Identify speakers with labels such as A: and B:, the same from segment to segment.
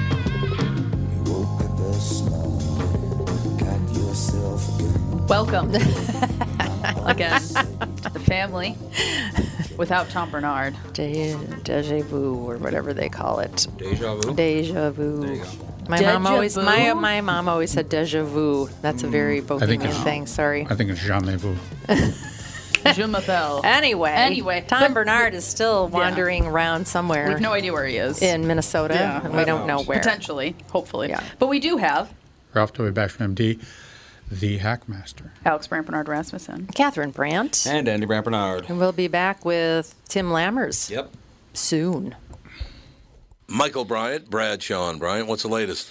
A: Welcome again to the family without Tom Bernard.
B: De- deja vu or whatever they call it.
C: Deja vu.
B: Deja vu.
C: There you go.
B: My
A: Deja
B: mom always my
A: vu?
B: my mom always said deja vu. That's a very bohemian
D: it's-
B: thing. Sorry.
D: I think it's jamais vu.
A: Je m'appelle.
B: Anyway,
A: Anyway,
B: Tom
A: but-
B: Bernard is still wandering around somewhere
A: We have no idea where he is.
B: in Minnesota,
A: Yeah.
B: and we don't know where.
A: Potentially, hopefully.
B: Yeah.
A: But we do have
D: Ralph W. Basham, MD, the Hackmaster.
A: Alex Brant Bernard Rasmussen.
B: Catherine Brandt,
C: And Andy Brampernard.
B: and we'll be back with Tim Lammers
C: Yep.
B: soon.
E: Michael Bryant, Brad Sean Bryant, what's the latest?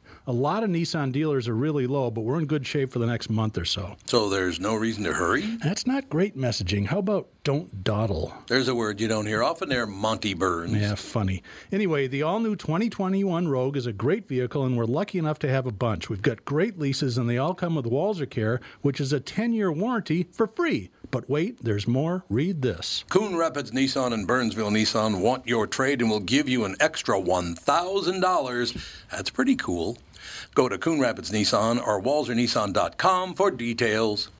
F: A lot of Nissan dealers are really low, but we're in good shape for the next month or so.
E: So there's no reason to hurry.
F: That's not great messaging. How about don't dawdle?
E: There's a word you don't hear often there, Monty Burns.
F: Yeah, funny. Anyway, the all new 2021 Rogue is a great vehicle, and we're lucky enough to have a bunch. We've got great leases, and they all come with Walzer Care, which is a 10 year warranty for free. But wait, there's more. Read this.
E: Coon Rapids Nissan and Burnsville Nissan want your trade and will give you an extra $1,000. That's pretty cool. Go to Coon Rapids Nissan or WalzerNissan.com for details.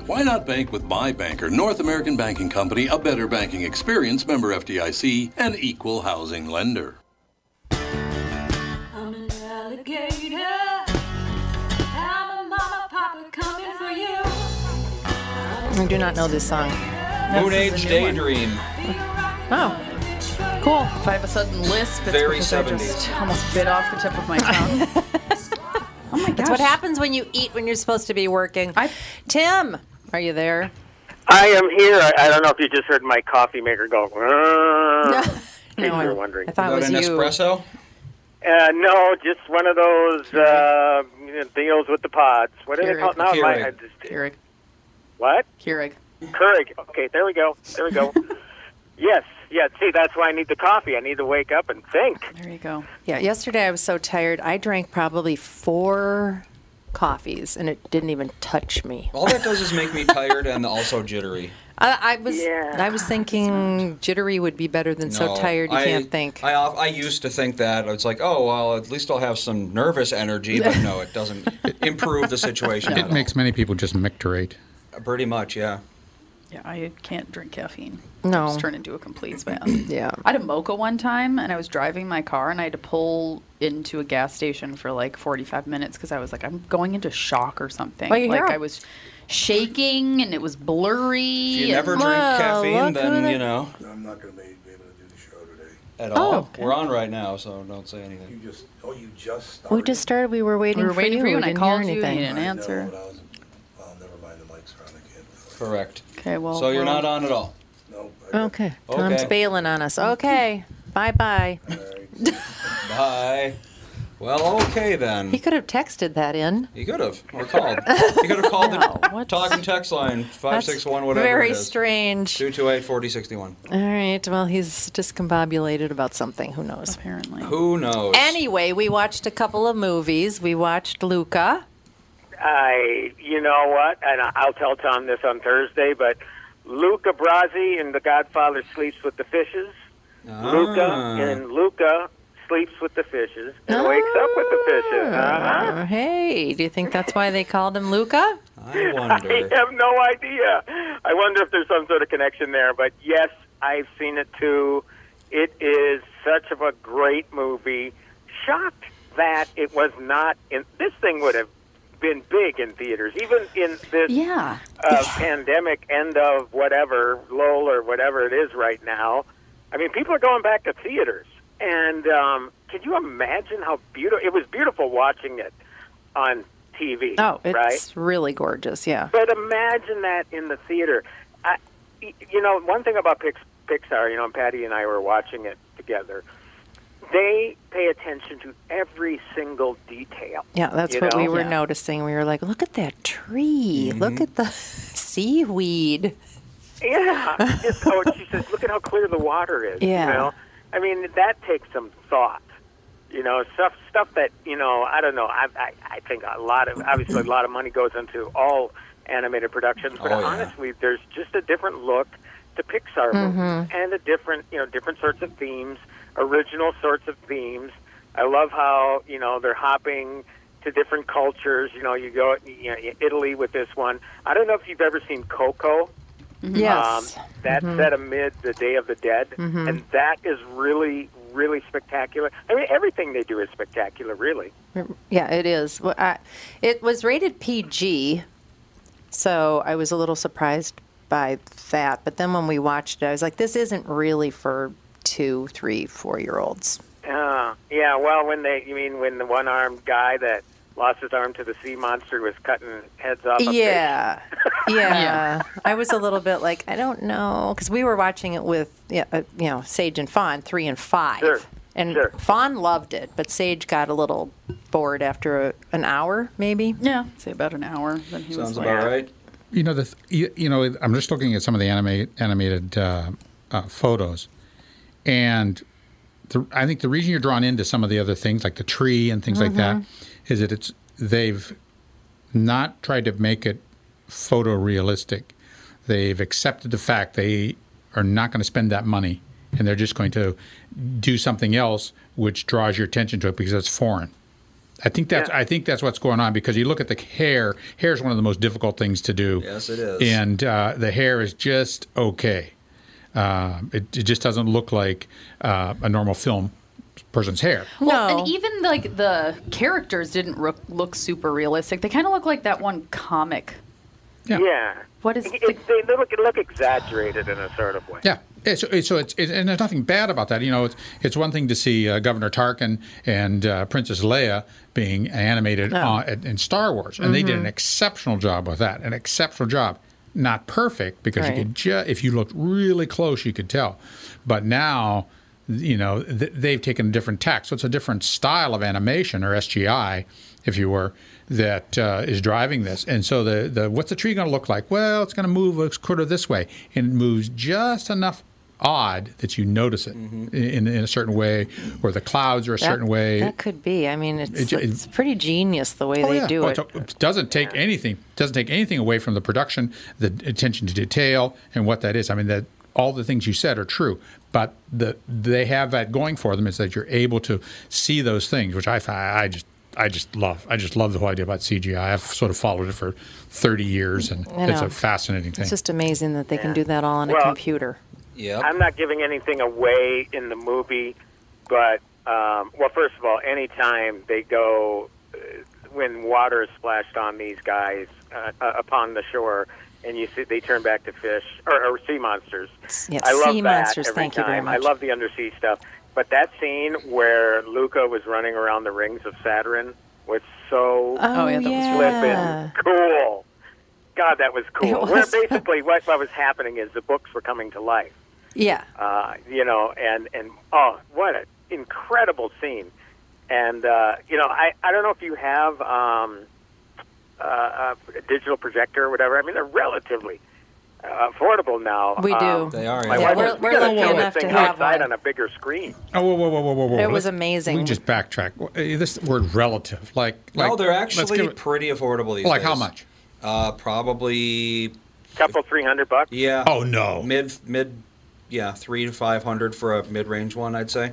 E: Why not bank with my banker, North American Banking Company, a better banking experience, member FDIC, and equal housing lender.
G: I'm an alligator. I'm a mama papa coming for you.
B: I do not know this song.
C: Moon Age Daydream.
B: Oh,
G: Cool.
A: If I have a sudden lisp, it's
C: Very
A: because
C: 70s.
A: I just almost bit off the tip of my tongue. oh my gosh.
B: that's what happens when you eat when you're supposed to be working.
A: I-
B: Tim, are you there?
H: I am here. I, I don't know if you just heard my coffee maker go. "Rrrr."
B: No,
H: you
B: I,
H: were wondering.
B: I thought
C: Is
B: it was
C: that an
B: you.
C: espresso?
H: Uh, no, just one of those uh, you know, deals with the pods. What are they
A: Keurig.
H: called now? My-
C: Keurig.
H: I just-
A: Keurig.
H: what?
A: Keurig.
H: Keurig. Okay, there we go. There we go. yes, yeah. See, that's why I need the coffee. I need to wake up and think.
A: There you go.
B: Yeah, yesterday I was so tired. I drank probably four coffees, and it didn't even touch me.
C: All that does is make me tired and also jittery.
B: I, I was
H: Yeah.
B: I was thinking jittery would be better than so
C: No,
B: tired you
C: I-
B: can't think.
C: I, I used to think that. It's like, oh, well, at least I'll have some nervous energy, but no, it doesn't improve the situation. at
D: It makes many people just micturate.
C: all. Pretty much, yeah.
I: Yeah, I can't drink caffeine.
B: No.
I: I just turn into a complete spam.
B: Yeah.
I: I had a mocha one time, and I was driving my car, and I had to pull into a gas station for like 45 minutes because I was like, I'm going into shock or something.
B: Well, you
I: like
B: hear 'em.
I: I was shaking, and it was blurry.
C: If you
I: and-
C: never drink caffeine, then you know.
J: I'm not going to be.
C: At
B: Oh,
C: all,
B: okay.
C: we're on right now, so don't say anything. You just, oh, you just
B: We just started. We were waiting
I: We were
B: for
I: waiting
B: you.
I: for you,
B: we
I: and I
B: didn't
I: called you,
B: hear
I: and you
B: anything.
I: didn't answer.
C: correct.
I: Okay, well,
C: so you're
I: well-
C: not on at all.
B: Okay.
C: Okay.
B: Tom's bailing on us. Okay. Bye bye.
C: Bye. Well, okay then.
B: He could have texted that in.
C: You could have or called. You could have called the talk and text line five six one whatever.
B: very strange.
C: Two two eight forty sixty one.
B: All right. Well, he's discombobulated about something. Who knows?
I: Apparently.
C: Who knows?
B: Anyway, we watched a couple of movies. We watched Luca.
K: I, you know what, and I- I'll tell Tom this on Thursday, but Luca Brasi in The Godfather sleeps with the fishes.
C: Ah.
K: Luca in Luca sleeps with the fishes and wakes up with the fishes. Uh-huh.
B: Uh, hey, do you think that's why they called him Luca?
C: I
K: I have no idea. I wonder if there's some sort of connection there, but yes, I've seen it too. It is such of a great movie. Shocked that it was not in this thing would have been big in theaters, even in this
I: Yeah.
K: uh, pandemic end of whatever lull or whatever it is right now. I mean, people are going back to theaters, and um, can you imagine how beautiful it was? Beautiful watching it on TV.
B: Oh, it's
K: right.
B: really gorgeous. Yeah.
K: But imagine that in the theater. I, y- you know, one thing about Pix, Pixar, you know, and Patty and I were watching it together. They pay attention to every single detail.
B: Yeah, that's
K: you
B: what we
K: know? Mm-hmm.
B: were noticing. We were like, look at that tree. Look at the seaweed.
K: Yeah. It's- oh, she says, look at how clear the water is.
B: Yeah.
K: You know? I mean, that takes some thought. You know, stuff stuff that you know. I don't know. I I, I think a lot of obviously a lot of money goes into all animated productions, but
L: Oh, yeah.
K: honestly, there's just a different look to Pixar movies
L: Mhm.
K: and a different you know different sorts of themes, original sorts of themes. I love how you know they're hopping to different cultures. You know, you go you know, Italy with this one. I don't know if you've ever seen Coco.
B: Yes.
K: Um, that
B: Mhm.
K: set amid the Day of the Dead,
B: Mhm.
K: and that is really, really spectacular. I mean, everything they do is spectacular, really.
B: Yeah, it is. Well, I, it was rated PG, so I was a little surprised by that. But then when we watched it, I was like, this isn't really for two, three, four year olds.
K: Uh, yeah. Well, when they, you mean when the one-armed guy that lost his arm to the sea monster was cutting heads off? of
B: Yeah. Yeah. I was a little bit like, I don't know. Because we were watching it with, yeah, uh, you know, Sage and Fawn, three and five.
K: Sure.
B: And Fawn loved it, but Sage got a little bored after a, an hour, maybe.
I: Yeah, say about an hour. Then he was like,
D: You know, the th- you, you know, I'm just looking at some of the anima- animated uh, uh, photos, and the, I think the reason you're drawn into some of the other things, like the tree and things like that,
M: Mhm.
D: is that it's they've not tried to make it photorealistic. They've accepted the fact they are not going to spend that money, and they're just going to do something else, which draws your attention to it because it's foreign. I think that's I think that's what's going on because you look at the hair. Hair is one of the most difficult things to do.
C: Yes, it is.
D: And uh, the hair is just okay. Uh, it, it just doesn't look like uh, a normal film person's hair.
I: Well, and even like the characters didn't roo- look super realistic. They kind of look like that one comic.
K: Yeah.
I: What is?
K: It, it- they look, it look exaggerated in a sort of way.
D: Yeah. Yeah, so, so it's it, and there's nothing bad about that. You know, it's it's one thing to see uh, Governor Tarkin and uh, Princess Leia being animated on, at, in Star Wars, and they did an
M: Mhm.
D: exceptional job with that. An exceptional job, not perfect because
M: Right.
D: you could ju- if you looked really close, you could tell. But now, you know, th- they've taken a different tack, so it's a different style of animation or SGI, if you were, that uh, is driving this. And so the the what's the tree going to look like? Well, it's going to move a quarter this way, and it moves just enough odd that you notice it in, in a certain way, or the clouds are a certain
B: that,
D: way.
B: That could be. I mean, it's,
D: It ju-
B: it's pretty genius the way
D: Oh,
B: they
D: yeah.
B: do
D: Oh,
B: it.
D: it's- doesn't take anything. Doesn't take anything away from the production, the attention to detail, and what that is. I mean, that all the things you said are true, but the they have that going for them is that you're able to see those things, which I find I just I just love. I just love the whole idea about CGI. I've sort of followed it for 30 years, and
B: I
D: it's
B: know.
D: a fascinating thing.
B: It's just amazing that they can do that all on
K: Well-
B: a computer.
K: I'm not giving anything away in the movie, but um, well, first of all, anytime they go, uh, when water is splashed on these guys uh, uh, upon the shore, and you see they turn back to fish or, or sea monsters.
B: yeah,
K: I love
B: sea
K: that
B: monsters,
K: every
B: thank you very
K: time.
B: much.
K: I love the undersea stuff, but that scene where Luca was running around the rings of Saturn was so
B: Oh, yeah, that was really
K: flippin' cool. God, that was cool. Where
B: was.
K: basically what, what was happening is the books were coming to life
B: Yeah.
K: uh, you know, and and oh, what an incredible scene! And uh, you know, I I don't know if you have um, uh, a digital projector or whatever. I mean, they're relatively uh, affordable now.
B: We do.
K: Um,
B: They are,
K: My
B: yeah.
K: wife
B: We're-
K: goes,
B: we're
K: "We gotta
B: lucky
K: throw this
B: enough to
K: thing
B: have
K: outside
B: one."
K: on a bigger screen.
D: Oh, whoa, whoa, whoa, whoa, whoa! whoa.
B: It was
D: Let's-
B: amazing.
D: We just backtrack. Wh- eh, This word relative, like, like
C: no, they're
D: let's
C: actually
D: give it-
C: pretty affordable these
D: Like
C: days.
D: how much?
C: Uh, probably
K: couple three hundred bucks.
C: Yeah.
D: Oh no.
C: Mid mid, yeah, three to five hundred for a mid range one, I'd say.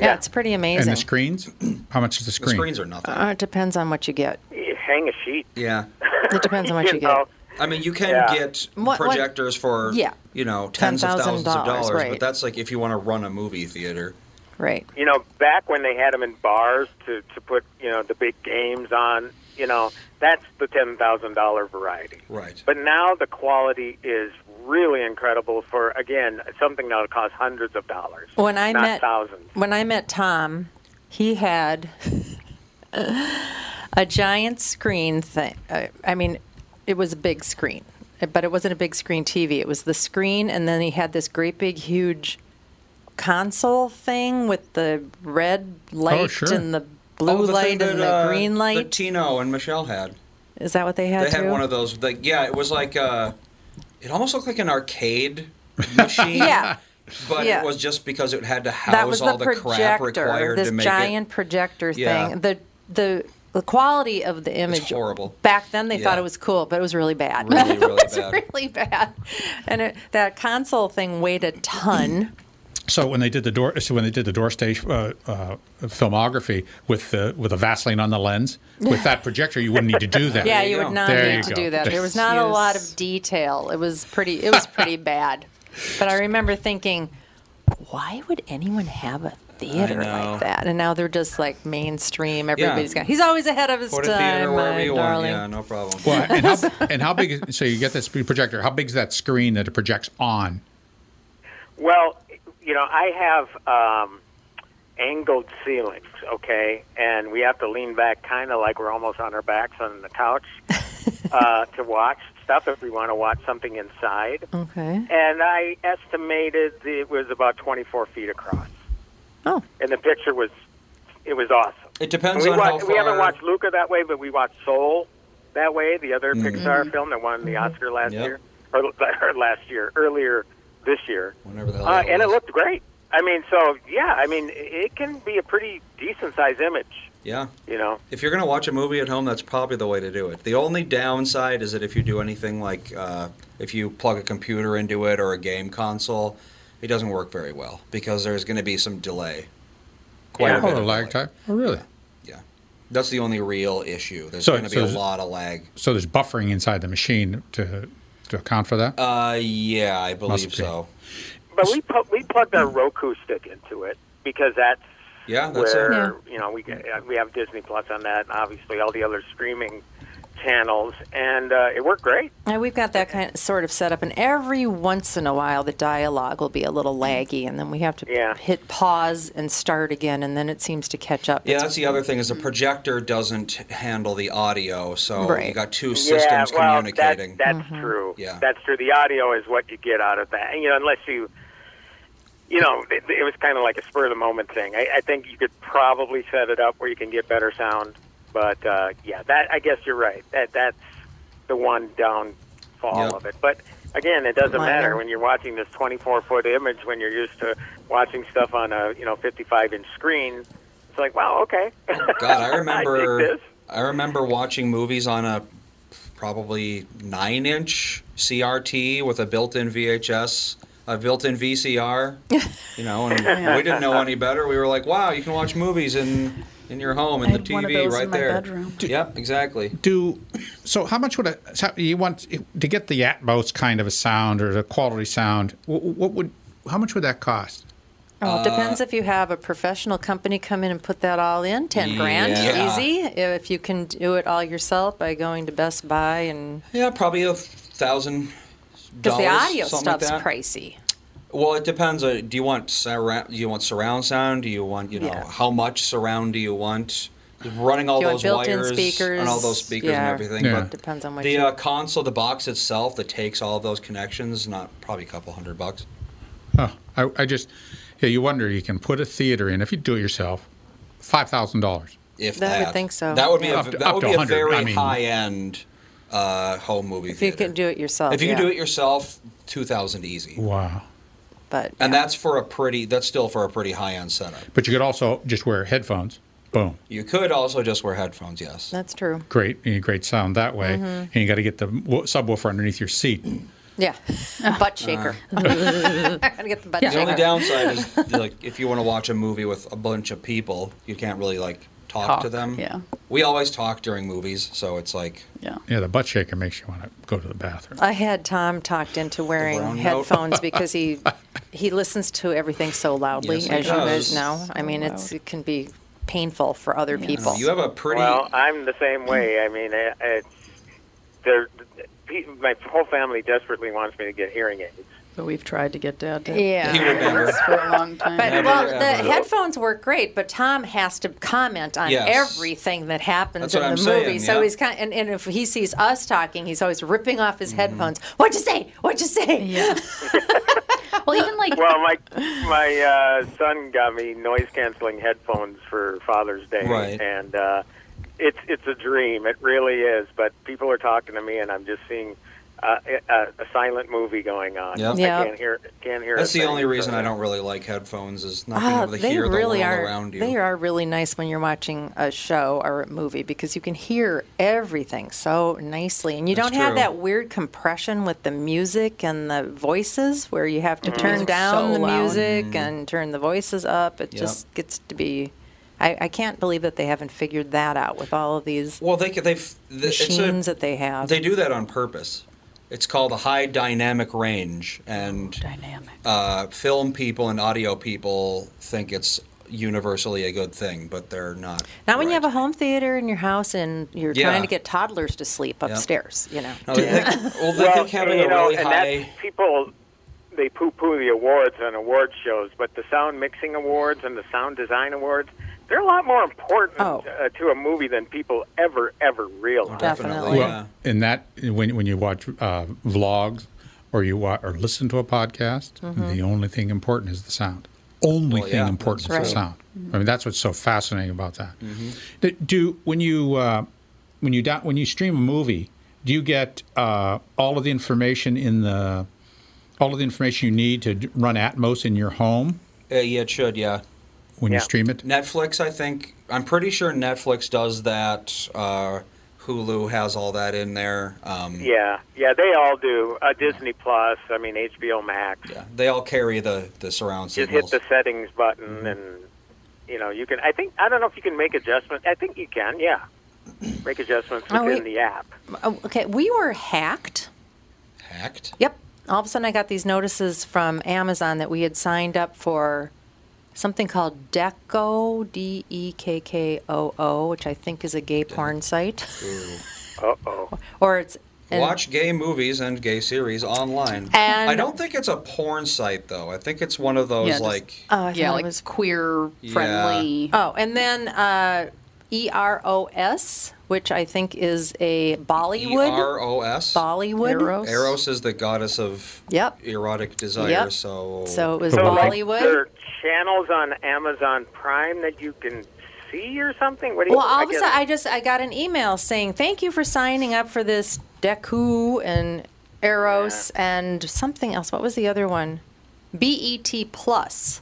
B: Yeah, it's pretty amazing.
D: And the screens? How much is the screen?
C: screens are nothing.
B: Uh, it depends on what you get.
K: Hang a sheet.
C: Yeah.
B: It depends on what you, get.
C: I mean, you can
B: Yeah.
C: get
B: What- what-
C: projectors for
B: Yeah.
C: you know tens of thousands of
B: $10,000,
C: dollars,
B: right.
C: but that's like if you want to run a movie theater.
B: Right.
K: You know, back when they had them in bars to to put you know the big games on. You know, that's the ten thousand dollar variety.
C: Right.
K: But now the quality is really incredible for again something that'll cost hundreds of dollars.
B: When I
K: not
B: met
K: thousands.
B: when I met Tom, he had a giant screen thing. Uh, I mean, it was a big screen, but it wasn't a big screen TV. It was the screen, and then he had this great big huge console thing with the red light
C: Oh, sure.
B: and the blue
C: Oh, the
B: light
C: thing that,
B: and the
C: uh,
B: green light.
C: that Tino and Michelle had.
B: Is that what they had?
C: they had
B: too?
C: one of those. Like, yeah, it was like uh, it almost looked like an arcade machine.
B: Yeah.
C: But
B: Yeah.
C: it was just because it had to house
B: that was
C: all
B: the
C: the, crap
B: projector,
C: required
B: this
C: to make
B: giant projector
C: Yeah.
B: thing. The the the quality of the
C: it.
B: image.
C: It's horrible.
B: Back then, they thought
C: Yeah.
B: it was cool, but it was really bad.
C: Really,
B: it
C: really
B: was
C: bad.
B: really bad, and it, that console thing weighed a ton.
D: So when they did the door, so when they did the door stage uh, uh, filmography with the with a Vaseline on the lens with that projector, you wouldn't need to do that.
B: yeah, you would not
D: There you
B: need to
D: go.
B: do that. There was not a lot of detail. It was pretty. It was pretty bad. But I remember thinking, why would anyone have a theater
C: know.
B: like that? And now they're just like mainstream. Everybody's
C: Yeah.
B: got. He's always ahead of his
C: Put a
B: time,
C: theater wherever
B: my
C: you want.
B: darling.
C: Yeah, no problem.
D: Well, and how, and how big? is- So you get this projector. How big is that screen that it projects on?
K: Well, you know, I have um, angled ceilings, okay, and we have to lean back, kind of like we're almost on our backs on the couch uh, to watch stuff if we want to watch something inside.
B: Okay.
K: And I estimated it was about 24 feet across.
B: Oh.
K: And the picture was, it was awesome.
C: It depends
K: we
C: on
K: watched,
C: how
K: We haven't
C: far-
K: watched Luca that way, but we watched Soul that way, the other Pixar film that won the Oscar last
C: Mm-hmm. Yep.
K: year, or, or last year, earlier this year.
C: Whenever the hell
K: Uh,
C: that
K: and it
C: was.
K: looked great. I mean, so yeah, I mean, it can be a pretty decent sized image,
C: Yeah.
K: you know.
C: If you're going to watch a movie at home, that's probably the way to do it. The only downside is that if you do anything like uh, if you plug a computer into it or a game console, it doesn't work very well because there's going to be some delay. Quite a bit.
D: Oh,
C: of
D: lag
C: delay.
D: time. Oh, really?
C: That's the only real issue. There's
D: So-
C: going to be
D: so
C: a
D: is-
C: lot of lag.
D: So there's buffering inside the machine to to account for that.
C: Uh, yeah, I believe
D: be.
C: so.
K: But we pu- we plugged our Roku stick into it because that's
C: Yeah, that's it.
K: where you know we get, we have Disney Plus on that, and obviously all the other streaming channels, and uh, it worked great.
B: And we've got that kind of sort of set up, and every once in a while the dialogue will be a little laggy, and then we have to hit pause and start again, and then it seems to catch up.
C: Yeah,
B: It's-
C: that's the other thing is the projector doesn't handle the audio, so you
B: Right.
C: got two
B: Yeah,
C: systems
K: well, that-
C: communicating.
K: that's true.
C: Yeah.
K: That's true. The audio is what you get out of that. And, you know, unless you, you know, it, it was kind of like a spur of the moment thing. I, I think you could probably set it up where you can get better sound. But uh, yeah, that I guess you're right. That that's the one downfall
J: Yeah.
K: of it. But again, it doesn't
J: Minor.
K: matter when you're watching this 24 foot image when you're used to watching stuff on a you know 55 inch screen. It's like wow, okay.
C: God, I
K: dig
C: remember.
K: this.
C: I remember watching movies on a probably nine-inch CRT with a built-in VHS, a built-in VCR. You know, and we didn't know any better. We were like, "Wow, you can watch movies in in your home, in
I: I
C: the
I: had one of
C: TV,
I: those
C: right
I: in my
C: there.
I: bedroom.
C: Yep, exactly.
D: Do so. How much would a so you want to get the Atmos kind of a sound or the quality sound? What, what would how much would that cost?
C: Uh,
B: Well, it depends if you have a professional company come in and put that all in. Ten grand,
C: Yeah.
B: easy. If you can do it all yourself by going to Best Buy and
C: Yeah, probably a thousand.
B: because the
C: dollars,
B: audio
C: something like
B: stuff's
C: that.
B: pricey.
C: Well, it depends. Uh, do you want surround? Do you want surround sound? Do you want you know
B: Yeah.
C: how much surround do you want? Running all
B: Do you want
C: those
B: built-in
C: wires
B: speakers?
C: and all those speakers
B: Yeah.
C: and everything.
B: Yeah.
C: But
B: Depends on what
C: the
B: you-
C: uh, console, the box itself that takes all of those connections, not probably a couple hundred bucks.
D: Oh, I, I just yeah. You wonder you can put a theater in if you do it yourself, five thousand dollars.
C: If
B: I
C: that,
B: would think so.
C: That would be
D: Up
C: a,
D: to-
C: that
D: up
C: would
D: to
C: be a
D: 100,
C: very
D: I mean.
C: high end uh, home movie.
B: If you can do it yourself,
C: if you can
B: yeah.
C: do it yourself, two thousand easy.
D: Wow.
B: But
C: And that's for a pretty. That's still for a pretty high end setup.
D: But you could also just wear headphones. Boom.
C: You could also just wear headphones. Yes.
B: that's true.
D: Great, you get great sound that way,
B: Mhm.
D: and you got to get the wo- subwoofer underneath your seat.
B: Yeah, butt shaker. I gotta get the butt
C: Uh. The
B: shaker.
C: only downside is like if you want to watch a movie with a bunch of people, you can't really like talk, to
I: Talk,
C: them.
I: yeah.
C: We always talk during movies, so it's like
I: Yeah.
D: Yeah, the butt shaker makes you want to go to the bathroom.
B: I had Tom talked into wearing
D: brown note.
B: headphones because he he listens to everything so loudly,
C: Yes, he
B: as you guys
C: does.
B: know. I mean, it's it can be painful for other people.
C: You have a pretty
K: Well, I'm the same way. I mean, I- I- it's there. pe- My whole family desperately wants me to get hearing aids.
I: But we've tried to get dad to
B: Yeah. He remembers.
I: for a long time.
B: But well, the headphones work great, but Tom has to comment on
I: Yes.
B: everything that happens
I: That's what
B: in
I: I'm
B: the
I: saying,
B: movie. So
I: yeah.
B: he's kind and, and if he sees us talking, he's always ripping off his headphones. What'd you say? What'd you say?
I: Yeah. well, even like
K: well, my my uh, son got me noise canceling headphones for Father's Day,
C: Right.
K: and uh, it's it's a dream. It really is. But people are talking to me, and I'm just seeing uh, a, a silent movie going on.
C: Yep.
K: I
C: Yep.
K: can't hear can't hear.
C: that's
K: a
C: the only
K: thing.
C: reason I don't really like headphones is not being
B: Oh,
C: able to
B: they
C: hear the
B: really
C: world
B: are.
C: around you.
B: They are really nice when you're watching a show or a movie because you can hear everything so nicely, and you
C: That's
B: don't have
C: true.
B: that weird compression with the music and the voices where you have
C: Mm-hmm.
B: to turn
I: Music's
B: down
I: so
B: the
I: loud.
B: music and turn the voices up. It
C: Yep.
B: just gets to be. I, I can't believe that they haven't figured that out with all of these
C: Well, they ca- they've th- it's a-
B: machines that they have.
C: They do that on purpose. It's called the high dynamic range, and Uh, film people and audio people think it's universally a good thing, but they're not.
B: Not when you have a home theater in your house and you're
C: Yeah. Oh,
B: trying to get toddlers to sleep upstairs, you know.
C: No, they think, well, they think having
K: you
C: a
K: know,
C: really
K: and
C: high.
K: that's people they poo-poo the awards and award shows, but the sound mixing awards and the sound design awards they're a lot more important
B: Oh.
K: uh, to a movie than people ever ever
C: Oh,
K: realize.
B: Definitely.
D: Well, and that when when you watch uh, vlogs or you wa- or listen to a podcast,
B: Mhm.
D: the only thing important is the sound. Only
C: Well,
D: thing
C: yeah,
D: important is
B: that's
D: the
B: true.
D: sound. I mean, that's what's so fascinating about that.
E: Mm-hmm.
D: Do- Do when you uh, when you down, when you stream a movie, do you get uh, all of the information in the all of the information you need to d- run Atmos in your home
C: Uh, yeah, it should. Yeah.
D: when you
C: Yeah.
D: stream it?
C: Netflix, I think. I'm pretty sure Netflix does that. Uh, Hulu has all that in there. Um,
K: Yeah, yeah, they all do. Uh, Disney Plus, I mean HBO Max. Yeah.
C: They all carry the, the surround
K: Just
C: signals. Mm-hmm.
K: hit the settings button, and you know you can. I think I don't know if you can make adjustments. I think you can. Yeah, make adjustments
B: Oh,
K: within
B: we-
K: the app.
B: Oh, Okay, we were hacked.
C: Hacked?
B: Yep. All of a sudden, I got these notices from Amazon that we had signed up for something called Deco, D E K K O O, which I think is a gay porn site.
K: Uh oh.
B: Or it's. and-
C: Watch gay movies and gay series online.
B: And-
C: I don't think it's a porn site though. I think it's one of those
I: Yeah, just-
C: like
B: Oh, I
I: yeah,
B: thought it
I: like
B: was-
I: queer friendly.
B: Oh, and then uh, E R O S, which I think is a
C: E
B: Bollywood.
C: EROS?
B: Bollywood.
C: Eros is the goddess of
B: Yep.
C: erotic desire.
B: Yep.
C: So
B: So it was
K: So, like,
B: Bollywood.
K: There are channels on Amazon Prime that you can see or something. What do you?
B: well, all of a
K: guess-
B: sudden, I just I got an email saying thank you for signing up for this Deku and Eros and something else. What was the other one? BET Plus.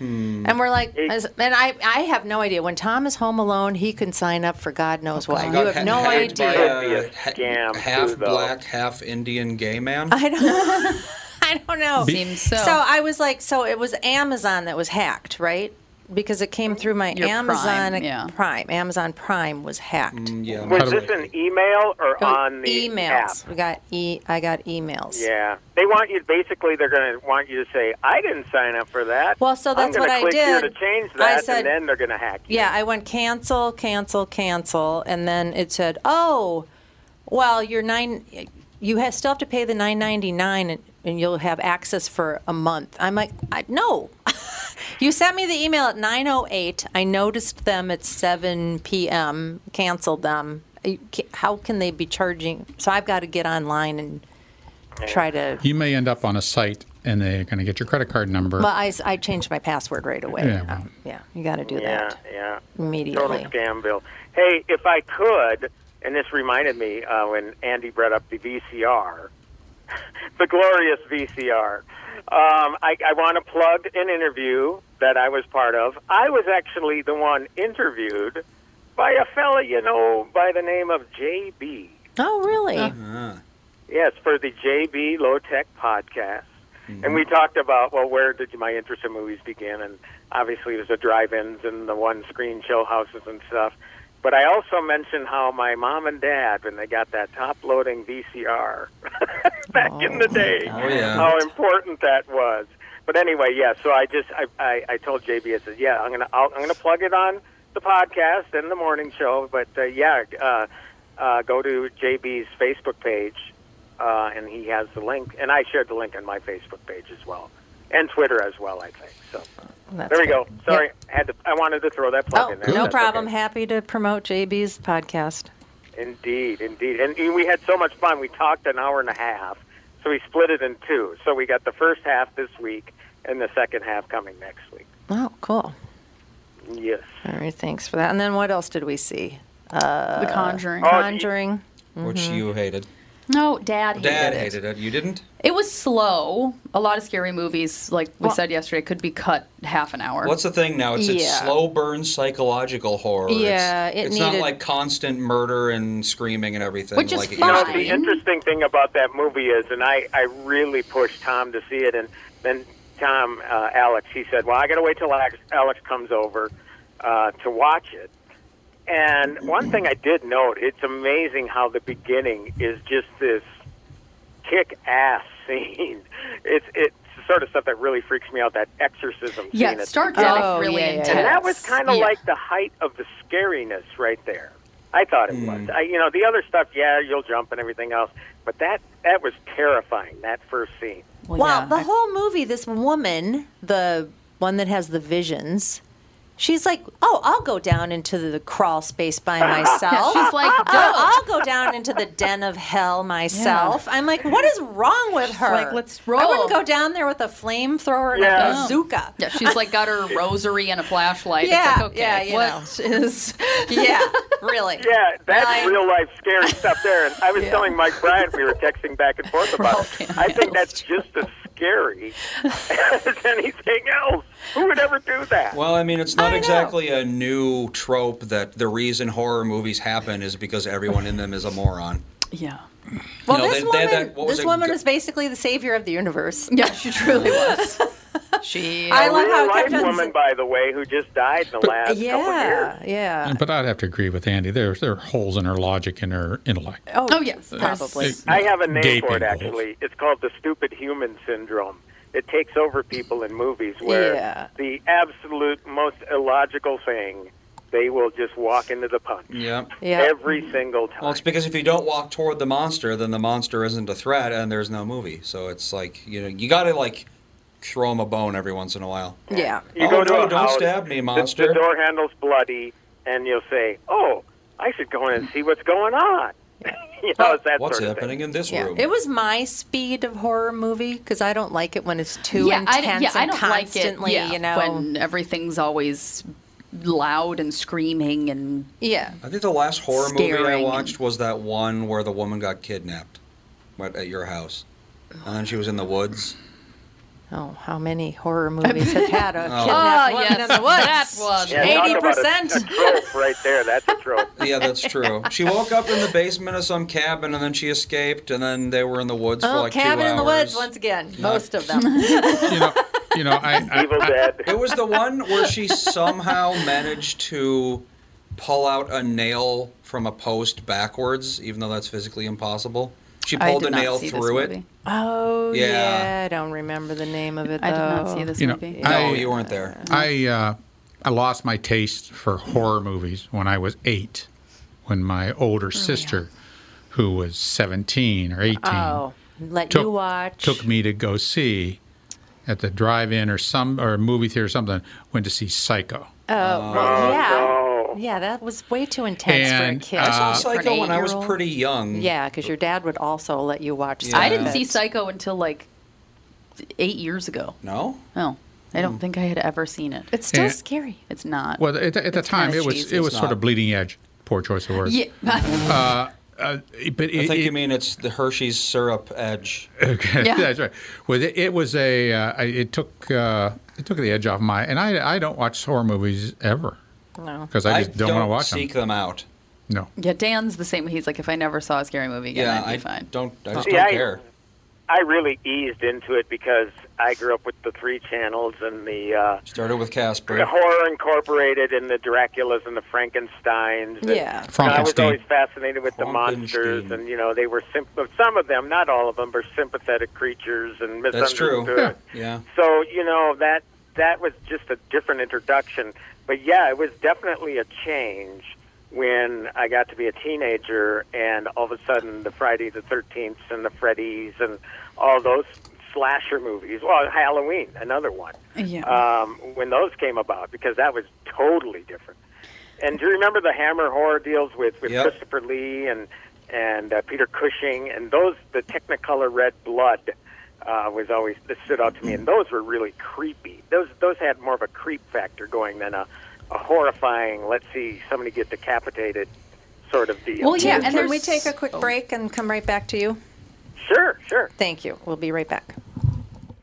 K: Mm.
C: Hmm.
B: And we're like, as- and I, I have no idea. When Tom is home alone, he can sign up for God knows what.
C: I
B: you
C: got
B: have no
C: hacked
B: idea.
C: by a
K: Could
C: ha-
K: be a scam, too,
C: half
K: though.
C: black, half Indian gay man.
B: I don't. I don't know.
C: Seems so.
B: I was like, so it was Amazon that was hacked, right? because it came through my
I: Your Prime,
B: Amazon ac-
I: yeah.
B: Prime. Amazon Prime was hacked.
C: yeah.
K: Was this an email or
B: Go
K: on the app?
B: emails. We got e. I got emails.
K: Yeah, they want you. Basically, they're going to want you to say, "I didn't sign up for that."
B: Well, so that's
K: I'm gonna
B: what I
K: click Here to
B: did.
K: change
B: I
K: that,
B: said-
K: and then they're going to hack you.
B: Yeah, I went cancel, cancel, cancel, and then it said, "Oh, well, you're nine. You have, still have to pay the nine ninety nine, and, and you'll have access for a month." I'm like, I, "No." you sent me the email at nine oh eight. I noticed them at seven p.m. Canceled them. You ca- How can they be charging? So I've got to get online and try to.
D: You may end up on a site and they're going to get your credit card number.
B: Well, I, s- I changed my password right away.
D: Yeah, well.
B: Uh, yeah you got to do
K: yeah,
B: that
K: yeah.
B: immediately.
K: Total scam bill. Hey, if I could, and this reminded me uh, when Andy brought up the VCR, the glorious VCR. Um, I, I want to plug an interview that I was part of. I was actually the one interviewed by a fella you know by the name of JB.
B: Oh, really?
K: Yes, for the JB Low Tech podcast. And
C: Mm-hmm.
K: we talked about, well, where did my interest in movies begin? And obviously, it was the drive ins and the one screen show houses and stuff. But I also mentioned how my mom and dad, when they got that top loading VCR back in the day,
C: Oh, yeah.
K: how important that was. But anyway, yeah, so I just, I, I, I told JB, I said, yeah, I'm going to I'm going to plug it on the podcast and the morning show. But uh, yeah, uh, uh, go to JB's Facebook page uh, and he has the link. And I shared the link on my Facebook page as well, and Twitter as well. I think so.
B: That's
K: there we go.
B: good.
K: Sorry, had to, I wanted to throw that plug
B: Oh,
K: in there.
B: no
K: That's
B: problem.
K: okay.
B: Happy to promote JB's podcast.
K: Indeed, indeed, and and we had so much fun. We talked an hour and a half, so we split it in two. So we got the first half this week, and the second half coming next week.
B: Oh, cool.
K: Yes.
B: All right, thanks for that. And then what else did we see? Uh,
I: The Conjuring. Oh, the-
B: Conjuring. Mm-hmm.
C: Which
I: Mhm.
C: you hated.
I: No, Dad hated
C: Dad
I: it.
C: hated it. You didn't?
I: It was slow. A lot of scary movies, like we
C: Well-
I: said yesterday, could be cut half an hour.
C: What's the thing now? It's, it's
I: Yeah.
C: slow burn psychological horror. It's-
I: Yeah, it
C: it's not
I: needed-
C: like constant murder and screaming and everything.
K: Which is
C: like it
K: You know,
C: used to
K: the
C: be.
K: interesting thing about that movie is, and I, I really pushed Tom to see it, and then Tom, uh, Alex, he said, well, I got to wait till Alex, Alex comes over uh, to watch it. And one thing I did note, it's amazing how the beginning is just this kick-ass scene. It's, it's the sort of stuff that really freaks me out, that exorcism
I: Yeah,
K: scene.
I: it
K: at the
I: starts
K: beginning.
I: off Oh, really yeah, yeah,
K: And that
I: intense.
K: was kind of
I: Yeah.
K: like the height of the scariness right there. I thought it was. I, you know, the other stuff, yeah, you'll jump and everything else, but that that was terrifying. That first scene.
B: Well, the whole movie, this woman, the one that has the visions, she's like, "Oh, I'll go down into the crawl space by myself."
I: She's like,
B: "Oh,
I: "Duh."
B: I'll go down into the den of hell myself." I'm like, "What is wrong with her?"
I: like, "Let's
B: I
I: roll."
B: wouldn't go down there with a flamethrower and
I: Yeah.
B: a bazooka.
I: Yeah, she's like got her rosary and a flashlight.
B: Yeah,
I: it's like, okay,
B: yeah, you
I: what is-
B: yeah, really.
K: Yeah, that's real life scary stuff there. And I was telling Mike Bryant we were texting back and forth about it. I think that's just as scary as anything else. Who would ever do that?
C: Well, I mean, it's not exactly a new trope that the reason horror movies happen is because everyone in them is a moron.
I: Yeah.
B: Well,
C: You know,
B: this
C: they- they
B: woman,
C: had that- what was
B: this
C: it?
B: woman was basically the savior of the universe.
I: Yeah, she truly was. she.
B: I
K: A
B: love how
K: real
B: it
K: life
B: kept on
K: woman, by the way, who just died in the last couple of years.
B: Yeah, yeah.
D: but I'd have to agree with Andy. There's there are holes in her logic and her intellect.
B: Oh,
I: yes,
D: probably.
K: I have a name for it
D: Gaping holes.
K: actually. It's called the stupid human syndrome. It takes over people in movies where
B: Yeah.
K: the absolute most illogical thing they will just walk into the punch
C: Yeah.
K: every single time.
C: Well, it's because if you don't walk toward the monster, then the monster isn't a threat, and there's no movie. So it's like you know, you got to like throw him a bone every once in a while.
B: Yeah.
K: You
C: Oh,
K: go to
C: no,
K: a
C: don't
K: house,
C: stab me,
K: the- The,
C: monster.
K: door handle's bloody, and you'll say, "Oh, I should go in and see what's going on." you know, it's that
C: What's
K: sort of
C: happening in this
B: Yeah,
C: room?
B: it was my speed of horror movie because I don't like it when it's too
I: yeah, I,
B: intense
I: d- yeah,
B: and
I: I don't
B: constantly,
I: like it. Yeah,
B: you know.
I: when everything's always loud and screaming and
B: yeah.
C: I think the last horror movie I
I: Staring
C: watched was that one where the woman got kidnapped at at your house, and then she was in the woods.
B: Oh, how many horror movies have had a
C: Oh.
B: kidnapped
I: Oh,
B: woman
I: yes,
B: in the woods?
I: that one.
K: thing. Yeah, talk about a- a trope right there. That's a trope.
C: Yeah, that's true. She woke up in the basement of some cabin, and then she escaped, and then they were in the woods for
B: Oh,
C: like two
B: cabin in the woods
C: hours.
B: once again.
C: Not-
B: Most of them.
D: you know, I, I,
K: Evil Dead.
C: It was the one where she somehow managed to pull out a nail from a post backwards, even though that's physically impossible. She
B: I
C: pulled
B: did
C: a
B: not
C: nail
B: see this
C: through it.
B: movie. Oh
C: Yeah.
B: yeah. I don't remember the name of it. Though.
I: I did not see this
D: you know, I,
C: No, you weren't there.
D: I uh, I lost my taste for horror movies when I was eight, when my older sister, who was seventeen or eighteen,
B: Oh, let
D: took,
B: you watch.
D: took me to go see at the drive-in or some or a movie theater or something. Went to see Psycho.
B: Oh, well, yeah, yeah. That was way too intense
D: And,
B: for a kid.
D: I saw
B: For an
C: Psycho when I was
B: eight-year-old.
C: pretty young.
B: Yeah, because your dad would also let you watch.
I: I didn't
B: Psycho.
I: see Psycho until like eight years ago.
C: No.
I: No, I don't think I had ever seen it. It's
D: still And-
I: scary. It's not.
D: Hmm. Well, at, at the
I: It's
D: time,
I: kinda
D: it was
I: cheesy.
D: it
I: It's
D: was sort
I: not.
D: of bleeding edge. Poor choice of words.
I: Yeah.
D: Uh, uh, but
C: I
D: it,
C: think
D: it-
C: you mean it's the Hershey's syrup edge.
D: Okay,
C: Yeah.
D: that's right. Well, it, it was a. Uh, I- it took uh, it took the edge off my. And I I don't watch horror movies ever.
I: No.
D: Because I just don't, want to watch
C: seek
D: them.
C: them out.
D: No.
I: Yeah, Dan's the same. He's like, if I never saw a scary movie again,
C: Yeah,
I: I'd be
C: I
I: fine.
C: Don't. I
K: See, I, I really eased into it because I grew up with the three channels and the uh,
C: Started with Casper.
K: the Horror Incorporated and the Draculas and the Frankenstein's. and-
C: Yeah.
K: And I was
C: Frankenstein.
K: always fascinated with the monsters, and you know they were symp- some of them, not all of them, are sympathetic creatures and
C: That's true.
K: misunderstood.
C: Yeah.
K: So you know that that was just a different introduction. But yeah, it was definitely a change when I got to be a teenager, and all of a sudden the Friday the Thirteenth and the Freddy's and all those slasher movies. Well, Halloween, another one.
I: Yeah.
K: Um, when those came about, because that was totally different. And do you remember the Hammer horror deals with with
C: Yep.
K: Christopher Lee and and uh, Peter Cushing and those the Technicolor Red Blood uh, was always that stood out to me, and those were really creepy. Those those had more of a creep factor going than a, a horrifying. Let's see somebody get decapitated sort of deal.
B: Well, yeah. Oh. And can we take a
K: Oh.
B: quick break and come right back to you?
K: Sure, sure.
B: Thank you. We'll be right back.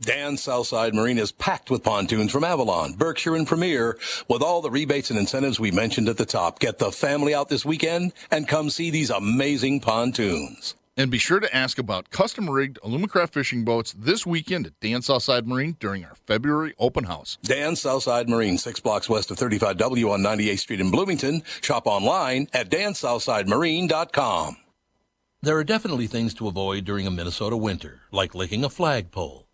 E: Dan Southside Marine is packed with pontoons from Avalon, Berkshire, and Premier with all the rebates and incentives we mentioned at the top. Get the family out this weekend and come see these amazing pontoons.
J: And be sure to ask about custom rigged Alumacraft fishing boats this weekend at Dan Southside Marine during our February open house.
E: Dan Southside Marine, six blocks west of 35W on 98th Street in Bloomington. Shop online at dansouthsidemarine.com. There are definitely things to avoid during a Minnesota winter, like licking a flagpole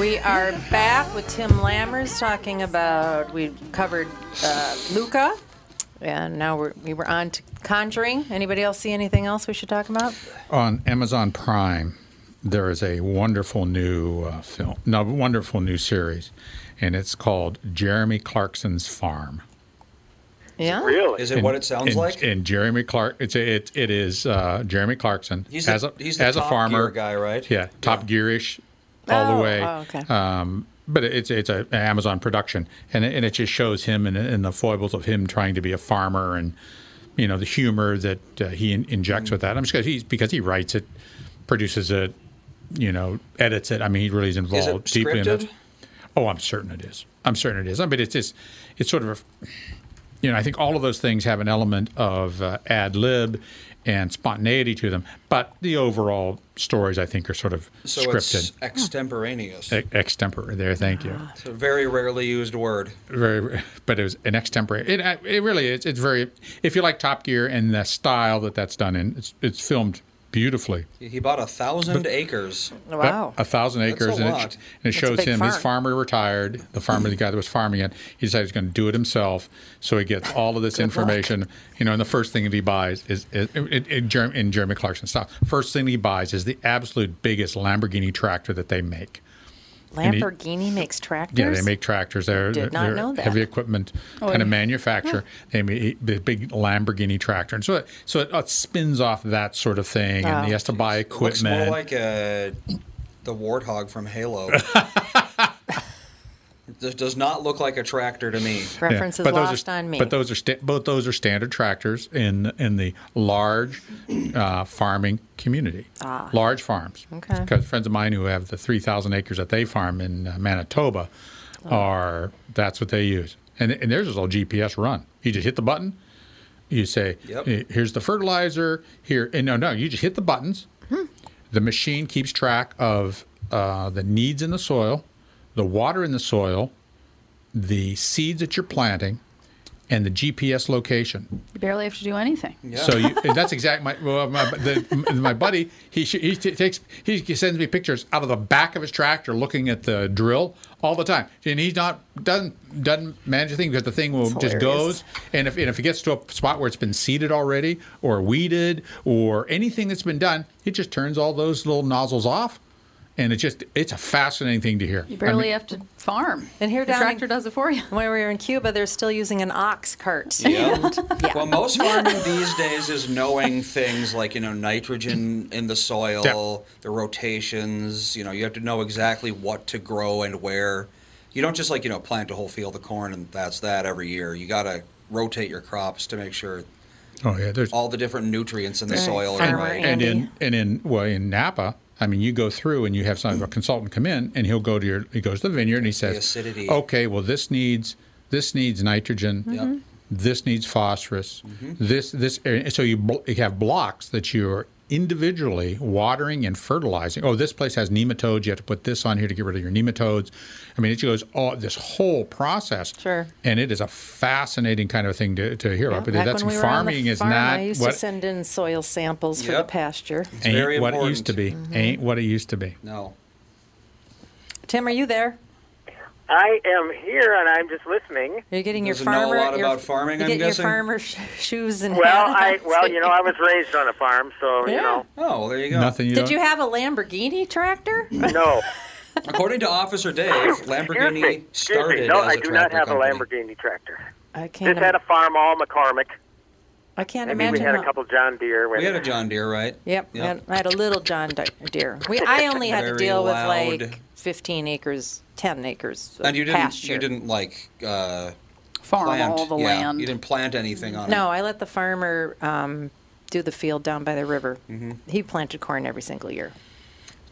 B: We are back with Tim Lammers talking about we covered uh, Luca Yeah, now we're, we were on to Conjuring. Anybody else see anything else we should talk about?
D: on Amazon Prime, there is a wonderful new uh, film, no, wonderful new series, and it's called Jeremy Clarkson's Farm.
B: Yeah.
C: Really? Is it
D: And-
C: what it sounds
D: and-
C: like?
D: And Jeremy Clark, it's a, it it is uh, Jeremy Clarkson
C: He's the-
D: as a
C: he's the
D: as a
C: Top
D: farmer
C: Gear guy, right?
D: Yeah, Top Gearish, all
C: Oh,
D: the way.
C: oh, okay.
D: Um, but it's it's a, an Amazon production, and it, and it just shows him and, and the foibles of him trying to be a farmer, and you know the humor that uh, he in, injects with that. I'm just because he's because he writes it, produces it, you know, edits it. I mean, he really is involved deeply in
C: scripted?
D: it. Oh, I'm certain it is. I'm certain it is. I mean, it's just it's sort of a you know, I think all of those things have an element of uh, ad lib and spontaneity to them, but the overall stories I think are sort of
C: So it's
D: scripted,
C: extemporaneous.
D: e- extempore. There, thank you.
C: It's a very rarely used word.
D: Very, but it was an extempore. It, uh, it really is. It's very. If you like Top Gear and the style that that's done in, it's it's filmed beautifully.
C: He bought a thousand acres.
D: About A thousand
C: That's
D: acres,
C: a
D: and,
C: lot.
D: It, and it
C: That's a
D: shows
C: big
D: him. His
C: farm.
D: farmer retired. The farmer, the guy that was farming it, he decided he's going to do it himself. So he gets all of this
C: Good luck.
D: information, you know. And the first thing that he buys is, is in, in, Jer- in Jeremy Clarkson style. First thing he buys is the absolute biggest Lamborghini tractor that they make. And he-
B: Lamborghini makes tractors.
D: yeah, they make tractors. They're,
B: Did not
D: they're
B: know that.
D: heavy equipment
B: Oh,
D: kind of
B: yeah.
D: manufacturer. They make the big Lamborghini tractor, and so it, so it, uh spins off that sort of thing, and
C: Oh.
D: he has to buy
C: Looks
D: equipment.
C: more like uh the warthog from Halo. this does not look like a tractor to me.
D: Yeah, but those are st- But those are sta- both those are standard tractors in in the large uh, farming community,
B: Ah.
D: large farms.
B: Okay.
D: Because friends of mine who have the three thousand acres that they farm in uh, Manitoba are that's what they use, and and theirs is all GPS run. You just hit the button. You say,
C: Yep.
D: "Eh, "Here's the fertilizer." Here, and no, no, you just hit the buttons. The machine keeps track of uh, the needs in the soil, the water in the soil, the seeds that you're planting, and the GPS location.
I: You barely have to do anything.
D: So you, and that's exact. My well, my, the, my buddy, he sh- he t- takes he sends me pictures out of the back of his tractor looking at the drill all the time, and he's not doesn't doesn't manage the thing because the thing will
N: That's
D: just
N: hilarious.
D: goes, and if and if it gets to a spot where it's been seeded already or weeded or anything that's been done, it just turns all those little nozzles off, and it just it's a fascinating thing to hear.
I: You
D: I mean-
I: barely have to farm.
B: And here
I: the
B: down in-
I: tractor does it for you.
B: When we were in Cuba, they're still using an ox cart.
C: Yeah. Well, most farming these days is knowing things like you know nitrogen in the soil, the rotations. You know, you have to know exactly what to grow and where. You don't just like you know plant a whole field of corn and that's that every year. You got to rotate your crops to make sure
D: Oh yeah, there's
C: all the different nutrients in the
D: Right.
C: soil
D: and,
C: are right.
D: and in and in well in Napa, I mean, you go through and you have some a consultant come in and he'll go to your he goes to the vineyard and he says,
C: acidity.
D: okay, well this needs this needs nitrogen,
B: Mm-hmm.
C: Yep.
D: this needs phosphorus,
C: Mm-hmm.
D: this this and so you bl- you have blocks that you're individually watering and fertilizing. Oh, this place has nematodes. You have to put this on here to get rid of your nematodes. I mean, it goes all this whole process.
B: Sure.
D: And it is a fascinating kind of thing to, to hear about. But
B: Back
D: that's
B: when we were on the
D: farming is
B: farm,
D: not
B: I used
D: what
B: to send in soil samples for the
C: Yep.
B: pasture.
D: ain't what it used to be. Ain't what it used to be.
C: Mm-hmm. No.
B: Tim, are you there?
K: I am here and I'm just listening.
B: Are you getting your
C: Doesn't know a
B: farmer?
C: lot
B: your,
C: about farming,
B: You
C: I'm
B: get
C: guessing?
B: your farmer sh- shoes and
K: Well, I
B: hats.
K: well, you know, I was raised on a farm, so
B: Yeah.
K: you know.
C: Oh, well, there you go.
D: Nothing.
B: Did you have a Lamborghini tractor?
K: No.
C: According to Officer Dave,
K: Excuse me.
C: Lamborghini
K: Excuse
C: started
K: me. No,
C: as
K: I
C: a
K: do not
C: tractor
K: have
C: company.
K: a Lamborghini tractor.
B: I
K: Just
B: can't.
K: had a farm all McCormick.
B: I can't
K: Maybe
B: imagine.
K: we had
B: how-
K: a couple John Deere.
C: We had a John Deere, right?
B: Yep,
C: Yep.
B: I had- I had a little John Di- Deere. We, I only had to
C: Very
B: deal
C: loud.
B: with like 15 acres, 10 acres of
C: And you didn't
B: pasture.
C: you didn't like uh,
B: Farm
C: plant.
B: all the
C: yeah,
B: land.
C: You didn't plant anything on
B: No,
C: it.
B: I let the farmer um, do the field down by the river.
C: Mm-hmm.
B: He planted corn every single year.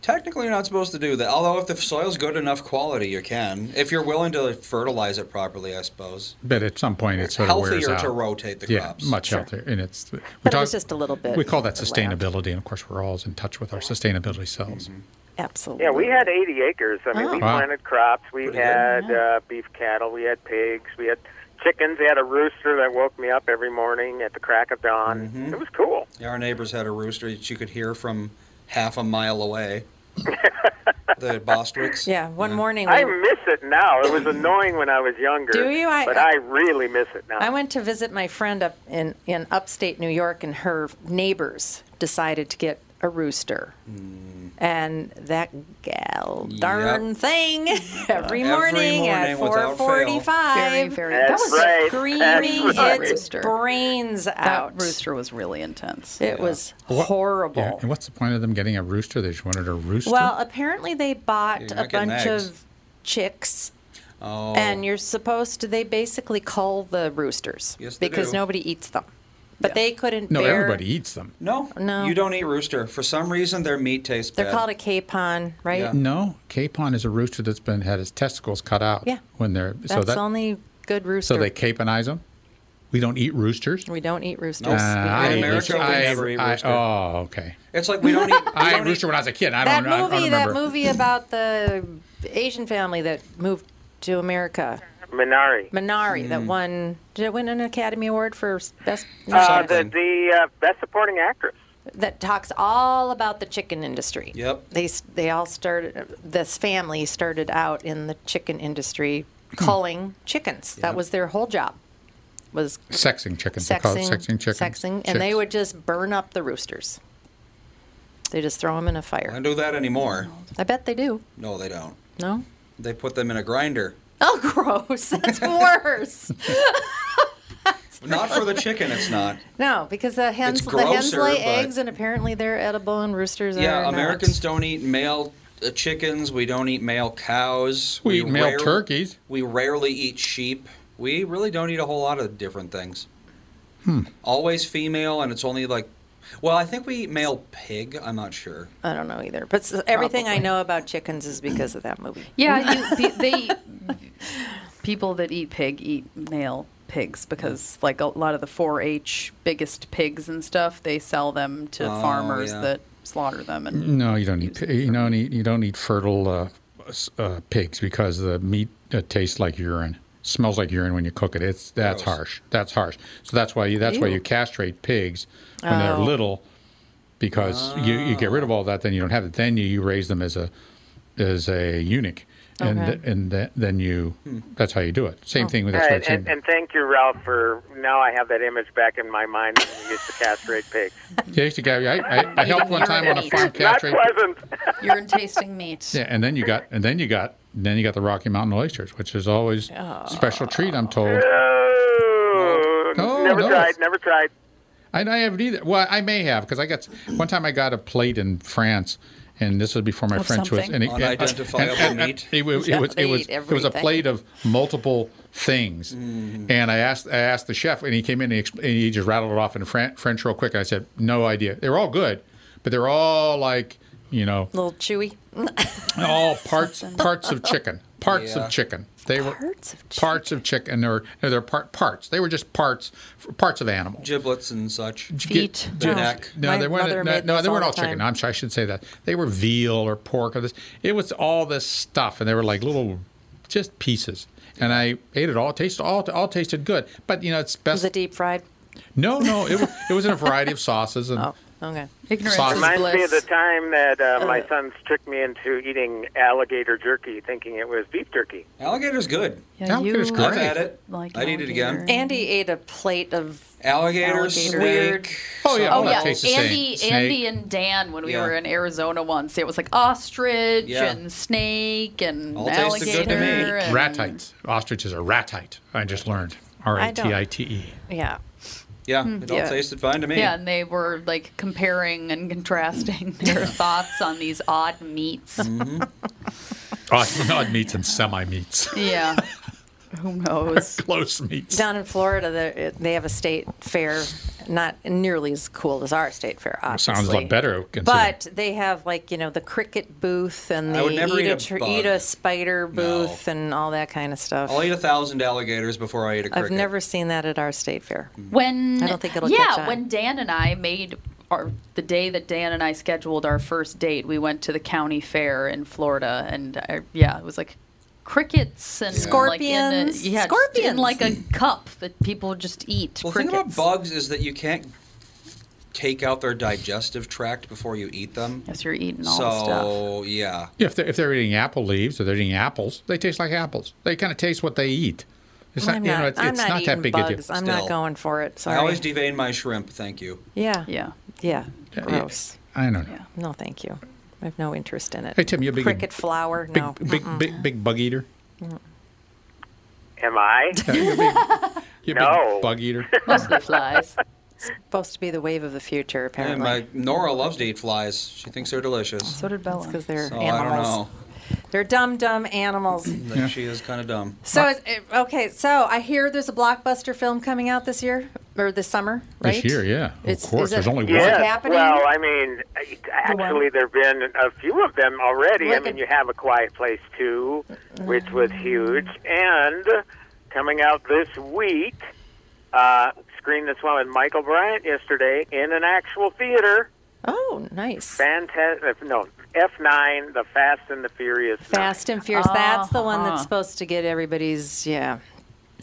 C: Technically, you're not supposed to do that. Although, if the soil's good enough quality, you can. If you're willing to fertilize it properly, I suppose.
D: But at some point, it sort of wears
C: Healthier
D: out.
C: to rotate the
D: yeah,
C: crops.
D: much
C: Sure.
D: healthier, and it's we
B: But it was just a little bit
D: We call that
B: of
D: sustainability, and of course, we're all in touch with our sustainability selves.
C: Mm-hmm.
B: Absolutely.
K: Yeah, we had 80 acres. I mean,
D: Oh.
K: we
D: Wow.
K: planted crops. We
D: Pretty good.
K: had uh, beef cattle. We had pigs. We had chickens. We had a rooster that woke me up every morning at the crack of dawn.
C: Mm-hmm.
K: It was cool.
C: Yeah, our neighbors had a rooster that you could hear from half a mile away. the Bostwicks.
B: Yeah, one morning.
K: I
B: we-
K: miss it now. It was annoying when I was younger.
B: Do you? I-
K: but I really miss it now.
B: I went to visit my friend up in, in upstate New York, and her neighbors decided to get a rooster. And that gal darn thing every
A: Every
B: morning, at
A: morning without fail.
B: 4:45
I: Very, very-
B: that
I: That's
B: was
I: right.
B: screaming
I: That's right.
B: its brains out.
I: That rooster was really intense.
B: It was horrible.
D: Yeah, and what's the point of them getting a rooster? They just wanted a rooster.
B: Well, apparently they bought
D: You're not
B: a
D: getting
B: bunch
D: eggs.
B: of chicks.
C: Oh.
B: And you're supposed to, they basically cull the roosters
C: Yes, they
B: because
C: do.
B: nobody eats them. But they couldn't
C: No,
B: bear.
C: everybody
D: eats them.
C: No,
B: No.
C: you don't eat rooster. For some reason, their meat tastes
B: They're
C: bad.
B: called a capon, right?
D: No, capon is a rooster that's been had his testicles cut out.
B: Yeah.
D: When they're so
B: That's
D: that
B: only good rooster.
D: so they caponize them. We don't eat roosters.
B: we don't eat roosters.
D: Uh,
B: We
D: I
B: don't
D: ate
B: eat
D: rooster-
B: roosters.
D: I-
C: never eat
D: I-
C: rooster.
D: Oh, okay.
C: It's like we don't eat.
D: I ate rooster when I was a kid. I
B: that
D: don't know. I don't
B: movie, that
D: remember.
B: movie about the Asian family that moved to America,
K: Minari.
B: Minari,
D: Hmm.
B: that won. Did it win an Academy Award for best?
K: Uh, the the uh, best supporting actress.
B: that talks all about the chicken industry.
C: Yep.
B: They s- they all started. This family started out in the chicken industry,
D: Hmm.
B: culling chickens. That was their whole job. Was
D: Sexing chickens. They call it
B: sexing,
D: sexing chickens.
B: sexing, and they
D: Chicks.
B: would just burn up the roosters. They just throw them in a fire.
C: I do that anymore.
B: I bet they do.
C: No, they don't.
B: No.
C: They put them in a grinder.
B: Oh, gross! That's worse.
C: Not for the chicken. It's not.
B: No, because the hens
C: It's
B: the hens
C: grosser,
B: lay
C: but-
B: eggs, and apparently they're edible, and roosters are
C: Yeah,
B: not.
C: Americans don't eat male uh, chickens. We don't eat male cows.
D: We eat male turkeys.
C: We rarely eat sheep. We really don't eat a whole lot of different things.
D: Hmm.
C: Always female, and it's only like, well, I think we eat male pig. I'm not sure.
B: I don't know either, but s- everything I know about chickens is because of that movie.
I: Yeah, you, they, they people that eat pig eat male pigs because like a lot of the 4-H biggest pigs and stuff, they sell them to
D: Oh,
I: farmers
D: yeah.
I: that slaughter them and
D: No, you don't eat. pi- You don't eat. You don't eat fertile uh, s- uh, pigs because the meat uh, tastes like urine. Smells like urine when you cook it. It's that's harsh. That's harsh. So that's why you, that's why
L: Ew.
D: you castrate pigs when they're
L: Oh.
D: little, because you, you get rid of all that. Then you don't have it. Then you, you raise them as a as a eunuch, and
K: Okay.
D: th- and th- then you
L: Hmm.
D: that's how you do it.
L: Oh.
D: Same thing with Oh that's
K: and,
D: what I'm
K: Uh, and, and thank you, Ralph, for now I have that image back in my mind when we used to castrate pigs.
D: saying. Yeah, I used to go- I, I, I helped one time on a farm castrate.
K: Not pleasant.
I: you're in tasting meat.
D: Yeah, and then you got and then you got then you got the Rocky Mountain oysters, which is always
C: Oh.
D: a special treat, I'm told. No,
K: never
D: no.
K: tried. Never tried.
D: I, I haven't either. Well, I may have because I got one time I got a plate in France, and this was before my
C: Of
D: French
C: something?
D: was. And
C: Unidentifiable meat.
D: It, was- it was
C: They
D: it was
C: eat
D: it was a
C: everything.
D: plate of multiple things,
C: Mm.
D: and I asked I asked the chef, and he came in and he, exp- and he just rattled it off in Fran- French real quick. And I said, no idea. They were all good, but they're all like you know
B: little chewy.
I: Mm.
D: all Oh, parts parts of chicken. Parts
B: Yeah.
D: of chicken. They were parts of chicken. Parts of chicken. They were no, they're part parts. They were just parts parts of animal.
C: Giblets and such.
D: Feet.
C: The neck.
D: No, they weren't. No, no, they weren't all, chicken. I'm sorry, I should say that. They were veal or pork or this. It was all this stuff, and they were like little, just pieces. And I ate it all. It tasted all. All tasted good. But you know, it's best. Was it
B: deep fried?
D: No, no. It was. It was in a variety of sauces and.
B: Okay.
D: Ignorance Sausage. is
K: Reminds me
D: bliss.
K: of the time that uh, my sons tricked me into eating alligator jerky, thinking it was beef jerky.
C: Alligator's good.
K: Yeah, Alligator's you
C: I've
K: great.
C: had it.
K: like
C: I'd eat it again.
B: Andy ate a plate of
C: Alligator,
B: Alligator.
C: snake.
D: Oh yeah.
I: Oh
D: all that
I: yeah,
D: tastes the same.
I: Andy,
D: Snake.
I: Andy, and Dan. When we
D: Yeah.
I: were in Arizona once, it was like ostrich
D: Yeah.
I: and snake and
D: All tasted
I: alligator.
D: good to me.
I: and-
D: Ratites. Ostriches are ratite. I just learned. R
I: I
D: a
I: don't-
D: t i t e.
B: Yeah.
C: Yeah,
I: Hmm.
C: it all
I: Yeah.
C: tasted fine to me.
I: Yeah, and they were like comparing and contrasting their thoughts on these odd meats.
C: Mm-hmm.
D: Odd, odd meats and semi meats.
I: Yeah. Who knows?
D: Close meats.
B: Down in Florida, the, it- they have a state fair, not nearly as cool as our state fair, obviously.
D: sounds a lot better, considering-
B: But they have like you know the cricket booth and
C: I would
B: they
C: never
B: eat,
C: eat
B: a
C: a
B: tr-
C: bug.
B: eat a spider booth and all that kind of stuff.
C: I'll eat a thousand alligators before I eat a cricket.
B: uh, I've never seen that at our state fair.
D: Mm.
I: When
B: I don't think it'll
I: yeah,
B: catch on.
I: when Dan and I made our the day that Dan and I scheduled our first date, we went to the county fair in Florida, and I, yeah, it was like crickets and Like in a,
B: Scorpions.
I: yeah, just in
B: Scorpions.
I: like a cup that people just eat.
C: Well, the
I: crickets.
C: thing about bugs is that you can't take out their digestive tract before you eat them.
I: Yes, you're eating
D: all
C: so,
D: the
C: yeah.
D: Yeah, if they're, if they're eating apple leaves or they're eating apples, they taste like apples. They kind of taste what they eat. It's not,
B: I'm
D: you know,
B: not-
D: it's,
B: I'm
D: it's
B: not
D: not,
B: eating
D: that big a
B: bugs.
D: deal.
B: I'm not Still. going for it, sorry.
C: I always devein my shrimp. Thank you.
B: Yeah.
I: Yeah.
B: Yeah.
D: Yeah,
B: Gross.
D: I don't know.
B: No, thank you. I have no interest in it.
D: Hey, Tim, you a big-
B: cricket flour?
D: Big,
B: no.
D: big,
B: Mm-mm.
D: big, big bug eater.
K: Am I?
D: You
K: no.
D: big bug eater.
I: Mostly flies.
B: Supposed to be the wave of the future,
C: And
B: apparently.
C: my Nora loves to eat flies. She thinks they're delicious.
B: So did Bella. Because they're
C: So I don't
B: animals.
C: know.
B: They're dumb, dumb animals.
C: Like, She is kind of dumb.
B: So it's, it- okay, so I hear there's a blockbuster film coming out this year or this summer, right?
D: This year, yeah.
B: It's-
D: of course,
B: is it-
D: there's only
B: is
D: one.
B: it happening?
K: Well, I mean, I- actually, there have been a few of them already. I
B: Look
K: mean,
B: at-
K: you have A Quiet Place 2,
B: Uh-uh.
K: which was huge. And coming out this week, uh, screened this one with Michael Bryant yesterday in an actual theater.
B: Oh, nice.
K: Fantastic. No, F9, The Fast and the Furious.
B: Fast and Fierce. That's the one
I: Uh-huh.
B: that's supposed to get everybody's, yeah.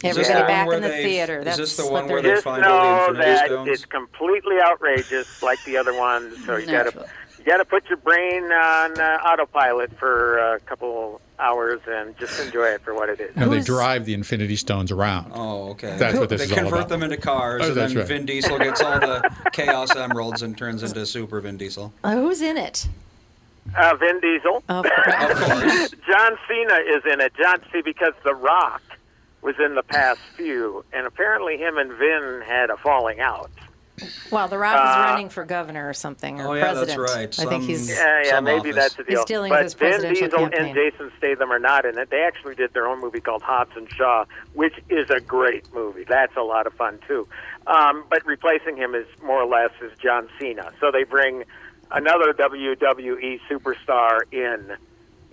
K: Is this
B: Everybody
K: the one
B: back
K: where
B: in the
K: they-
B: theater.
K: is
B: That's
K: this the
B: what
K: one
B: they're
K: where they
B: doing.
K: find all the Just know Infinity that Stones? it's completely outrageous, like the other ones. So you gotta you gotta put your brain on uh, autopilot for a couple hours and just enjoy it for what it is.
D: No, they drive the Infinity Stones around.
C: Oh, okay.
D: That's what this
C: they
D: is all
C: convert
D: about.
C: them into cars,
D: Oh,
C: and
D: that's
C: then
D: right.
C: Vin Diesel gets all the Chaos Emeralds and turns into Super Vin Diesel.
B: Uh,
K: Oh,
B: who's in it?
K: Uh, Vin Diesel.
B: Of
K: course. John Cena is in it. John C. because The Rock was in the past few, and apparently him and Vin had a falling out.
B: Well, The Rock is
K: Uh,
B: running for governor or something, or
C: oh, yeah, that's
B: president.
C: right.
B: I think
C: Some-
B: he's.
K: Yeah, yeah,
C: some
K: maybe
C: office.
K: that's the
B: He's
K: deal.
B: dealing with
K: but
B: his
K: Vin
B: presidential
K: Diesel
B: campaign.
K: and Jason Statham are not in it. They actually did their own movie called Hobbs and Shaw, which is a great movie. That's a lot of fun too. Um, but replacing him is more or less is John Cena. So they bring another WWE superstar in,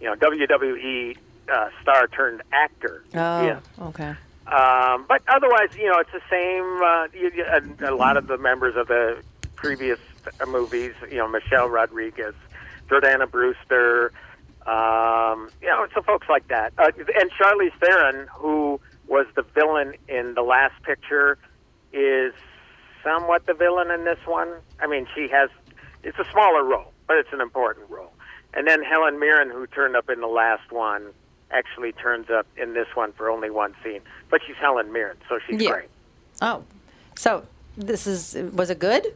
K: you know, WWE uh, star turned actor.
B: Oh,
K: in.
B: okay.
K: Um, but otherwise, you know, it's the same. Uh, you, you, a, a lot of the members of the previous uh, movies, you know, Michelle Rodriguez, Jordana Brewster, um, you know, so folks like that, uh, and Charlize Theron, who was the villain in the last picture, is somewhat the villain in this one. I mean, she has it's a smaller role, but it's an important role. And then Helen Mirren, who turned up in the last one, actually turns up in this one for only one scene, but she's Helen Mirren, so she's
B: Yeah.
K: great.
B: Oh, so this is was it good?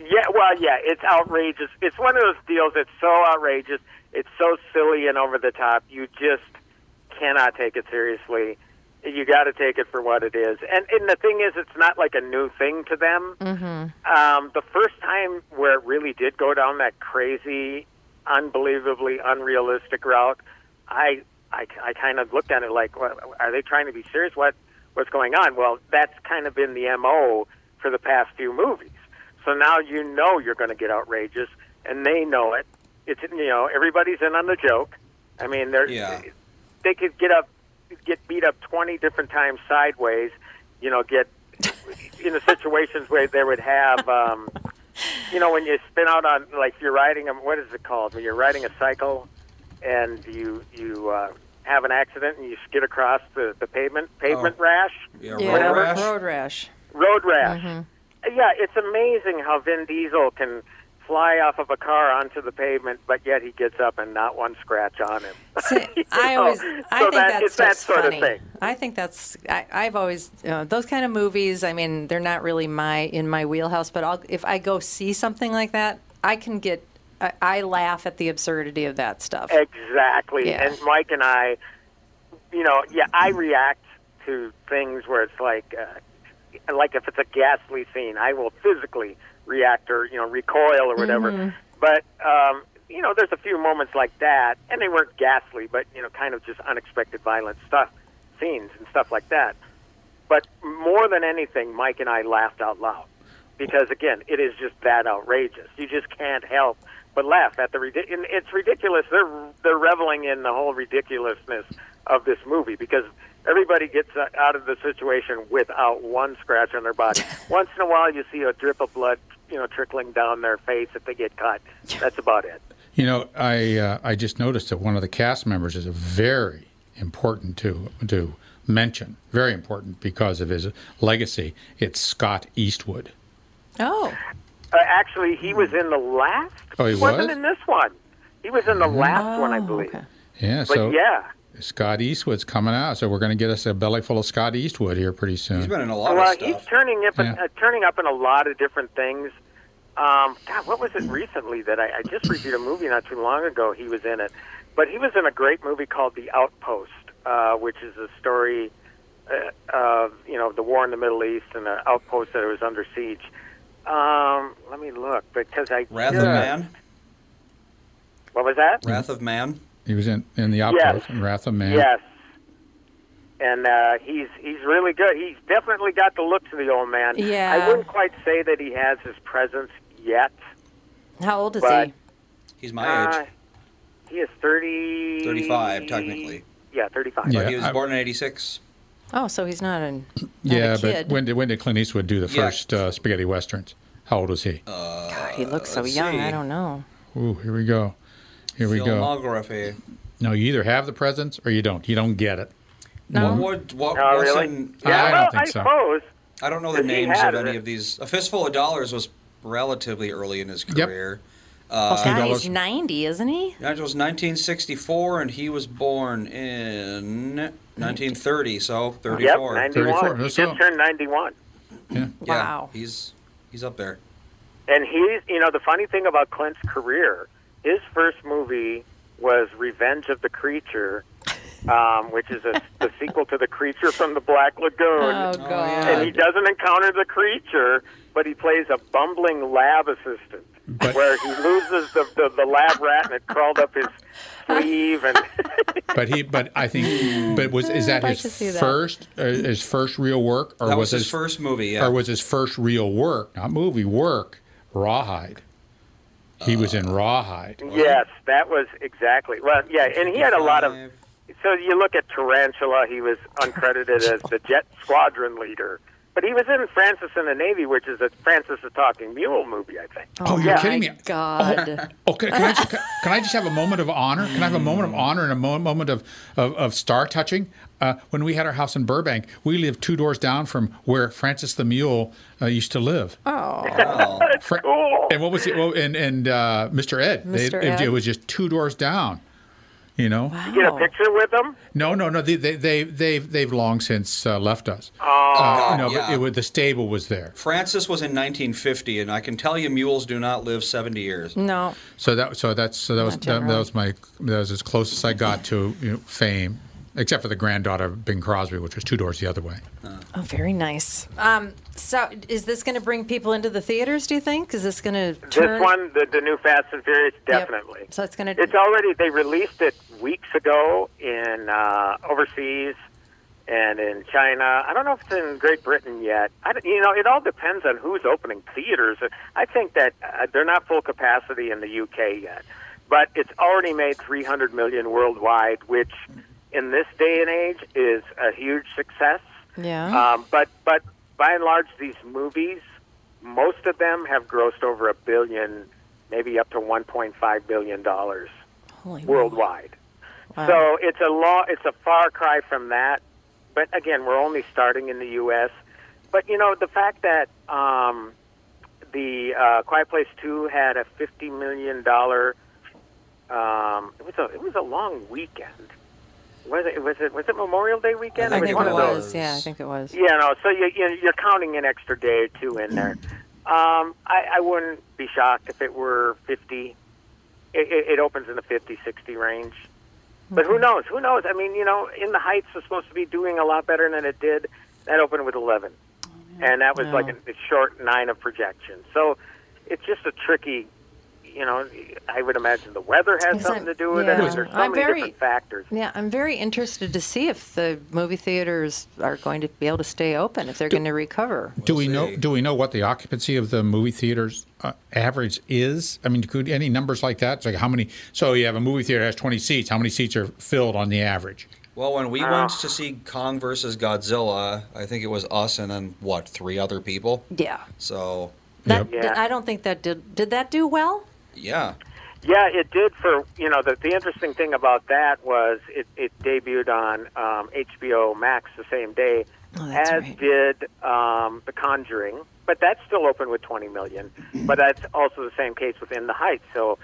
K: Yeah, well, yeah, it's outrageous. It's one of those deals that's so outrageous, it's so silly and over the top. You just cannot take it seriously. You got to take it for what it is. And and the thing is, it's not like a new thing to them.
G: Mm-hmm.
K: Um, the first time where it really did go down that crazy, unbelievably unrealistic route, I I, I kind of looked at it like, well, are they trying to be serious? What what's going on? Well, that's kind of been the mo for the past few movies. So now you know you're going to get outrageous, and they know it. It's you know everybody's in on the joke. I mean,
B: Oh,
K: they're
C: Yeah.
K: they could get up get beat up 20 different times sideways you know get in the situations where they would have um you know when you spin out on like you're riding a what is it called when you're riding a cycle and you you uh have an accident and you skid across the the pavement pavement rash
C: Yeah,
K: whatever.
B: Oh. Road rash. Mm-hmm.
K: road rash yeah it's amazing how vin diesel can fly off of a car onto the pavement but yet he gets up and not one scratch on him
B: I always, I
K: so
B: think
K: that-
B: that's
K: it's that
B: just
K: sort of
B: funny.
K: thing.
B: I think that's, I, I've always uh, those kind of movies. I mean, they're not really my in my wheelhouse, but I'll, if I go see something like that, I can get, I, I laugh at the absurdity of that stuff.
K: Exactly.
B: Yeah.
K: And Mike and I, you know, yeah, I react to things where it's like, uh, like if it's a ghastly scene, I will physically react or you know recoil
B: Mm-hmm.
K: or whatever.
G: Mhm.
K: But um, you know, there's a few moments like that, and they weren't ghastly, but you know, kind of just unexpected violent stuff, scenes and stuff like that. But more than anything, Mike and I laughed out loud because again, it is just that outrageous. You just can't help but laugh at the ridic- and It's ridiculous. They're they're reveling in the whole ridiculousness of this movie because everybody gets uh, out of the situation without one scratch on their body. Once in a while, you see a drip of blood, you know, trickling down their face if they get cut. That's about it.
D: You know, I uh, I just noticed that one of the cast members is very important to to mention. Very important because of his legacy. It's Scott Eastwood.
B: Oh,
K: Uh, actually, he was in the last.
D: Oh, he
K: wasn't
D: was?
K: in this one. He was in the last one, I believe.
D: Yeah,
K: But
D: so
K: yeah.
D: Scott Eastwood's coming out, so we're going to get us a belly full of Scott Eastwood here pretty soon.
C: He's been in a lot
K: well,
C: of stuff.
K: he's turning up,
D: Yeah.
K: uh, turning up in a lot of different things. Um, God, what was it recently that I, I just reviewed a movie not too long ago? He was in it, but he was in a great movie called The Outpost, uh, which is a story uh, of you know the war in the Middle East and an outpost that was under siege. Um, let me look because I
C: Wrath
K: just-
C: of Man.
K: What was that?
C: Wrath of Man.
D: He was in, in the
K: Yes.
D: outpost in Wrath of Man.
K: Yes. And uh, he's he's really good. He's definitely got the looks of the old man.
B: Yeah.
K: I wouldn't quite say that he has his presence yet.
B: How old is
K: But-
B: he?
C: He's my age.
K: Uh, he is thirty.
C: 35, technically.
K: Yeah, thirty-five.
D: Yeah,
C: but he was
D: I-
C: born in 86.
B: Oh, so he's not in.
D: Yeah,
B: a
D: but
B: kid.
D: when did when did Clint Eastwood do the
C: Yeah. Uh,
D: first uh, spaghetti westerns? How old was he?
B: God, Ah, he looks so
C: let's
B: young.
C: see.
B: I don't know.
D: Ooh, here we go. Here we go.
C: Filmography.
D: No, you either have the presence or you don't. You don't get it.
C: What,
D: One-
C: what, what
K: Oh,
C: was
K: really?
C: in-
D: Yeah, I don't
K: well,
D: think
K: I
D: so.
K: suppose.
C: I don't know the
K: If he
C: names
K: had
C: of any
K: it.
C: of these. A Fistful of Dollars was relatively early in his career. Uh,
B: well, God, he's 90, isn't he?
C: Nigel was 1964, and he was born in 1930, so 34.
K: Yep, ninety-one. He just turned ninety-one.
C: Yeah,
K: Wow.
C: he's he's up there.
K: And he's, you know, the funny thing about Clint's career, his first movie was Revenge of the Creature, um, which is a, the sequel to The Creature from the Black Lagoon.
I: Oh, God.
K: And he doesn't encounter the creature, but he plays a bumbling lab assistant. where he loses the, the the lab rat and it crawled up his sleeve and
D: But he, but I think, but was is that
K: I'd like to
D: his
K: see that.
D: first uh, his first real work, or
C: That was his first movie, yeah.
D: or was his first real work, not movie work, Rawhide? He was in Rawhide.
K: Yes, that was exactly. Well, yeah, and he had a lot of. So you look at Tarantula; he was uncredited as the jet squadron leader, but he was in Francis and the Navy, which is a Francis the Talking Mule movie, I think.
D: Oh, you're
K: yeah.
D: kidding me!
B: God.
D: Oh, can, can I just, can I just have a moment of honor? Can I have a moment of honor and a mo- moment of, of, of star touching? Uh, when we had our house in Burbank, we lived two doors down from where Francis the Mule uh, used to live.
B: Oh.
D: Fra- And what was it? Well, and and uh, Mr. Ed. They-
K: Mr.
D: it- It,
K: Ed.
D: was just two doors down. You know.
K: You get a picture with him.
D: No, no, no. They, they, they, they've, they've long since uh, left us.
K: Oh,
D: uh,
C: God,
D: no, but
C: yeah.
D: it, was the stable was there.
C: Francis was in 1950, and I can tell you, mules do not live 70 years.
B: No.
D: So that, so that's, so that was, that, that
C: generally.
D: was my, that was as close as I got to you know, fame, except for the granddaughter of Bing Crosby, which was two doors the other way.
B: Oh, very nice. Um, so, is this going to bring people into the theaters? Do you think? Is this going to turn?
K: This one, the, the new Fast and Furious, definitely.
B: So it's going to.
K: It's already they released it weeks ago in uh, overseas and in China. I don't know if it's in Great Britain yet. I don't- you know, it all depends on who's opening theaters. I think that uh, they're not full capacity in the UK yet, but it's already made 300 million worldwide, which in this day and age is a huge success.
B: Yeah.
K: Um, but but by and large, these movies, most of them have grossed over a billion, maybe up to 1.5 billion dollars
B: Holy
K: worldwide.
B: Wow.
K: So it's a law. It's a far cry from that. But again, we're only starting in the U.S. But you know the fact that um, the uh, Quiet Place Two had a 50 million dollar. Um, it was a it was a long weekend. Was it was it was it Memorial Day weekend?
B: I
K: was
B: think
K: one
B: it
K: of those.
B: was. Yeah, I think it was.
K: Yeah, no. So you, you you're counting an extra day or two in there. Um, I, I wouldn't be shocked if it were 50. It, it, it opens in the 50, 60 range. But who knows? Who knows? I mean, you know, In the Heights was supposed to be doing a lot better than it did. That opened with 11,
B: Oh,
K: and that was like a, a short nine of projection. So it's just a tricky. You know, I would imagine the weather has
B: Yes,
K: something
B: I'm-
K: to do with
B: yeah.
K: it. There's so
B: I'm
K: many
B: very-
K: different factors.
B: Yeah, I'm very interested to see if the movie theaters are going to be able to stay open, if they're going to recover.
D: do we know? Do we know what the occupancy of the movie theaters uh, average is? I mean, could any numbers like that? It's like how many? So you have a movie theater that has twenty seats. How many seats are filled on the average?
C: Well, when we
K: Ah.
C: went to see Kong versus Godzilla, I think it was us and then what three other people.
B: Yeah.
C: So
B: Did- I don't think that did. Did that do well?
C: yeah.
K: Yeah, it did. For you know, the, the interesting thing about that was it, it debuted on um, HBO Max the same day,
B: Oh,
K: as did um, The Conjuring. But but that's still open with 20 million.
C: Mm-hmm.
K: But that's also the same case with In the Heights. So,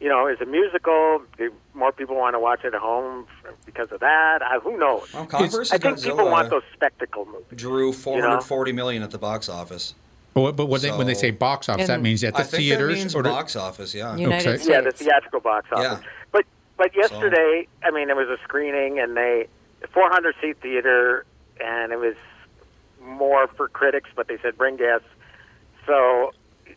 K: you know, it's a musical. Do More people want to watch it at home f- because of that. I, who knows?
C: Well, Converse
K: I
C: and
K: think people
C: Godzilla-
K: want those spectacle movies.
C: Drew four hundred forty million at the box office.
D: But, but when, they, when they say box office, that means at the
C: I think
D: theaters
C: That means
D: or the-
C: box office, yeah.
D: United
K: Yeah, the theatrical box office. But but yesterday, I mean, it was a screening, and they 400 seat theater, and it was more for critics, but they said bring guests. So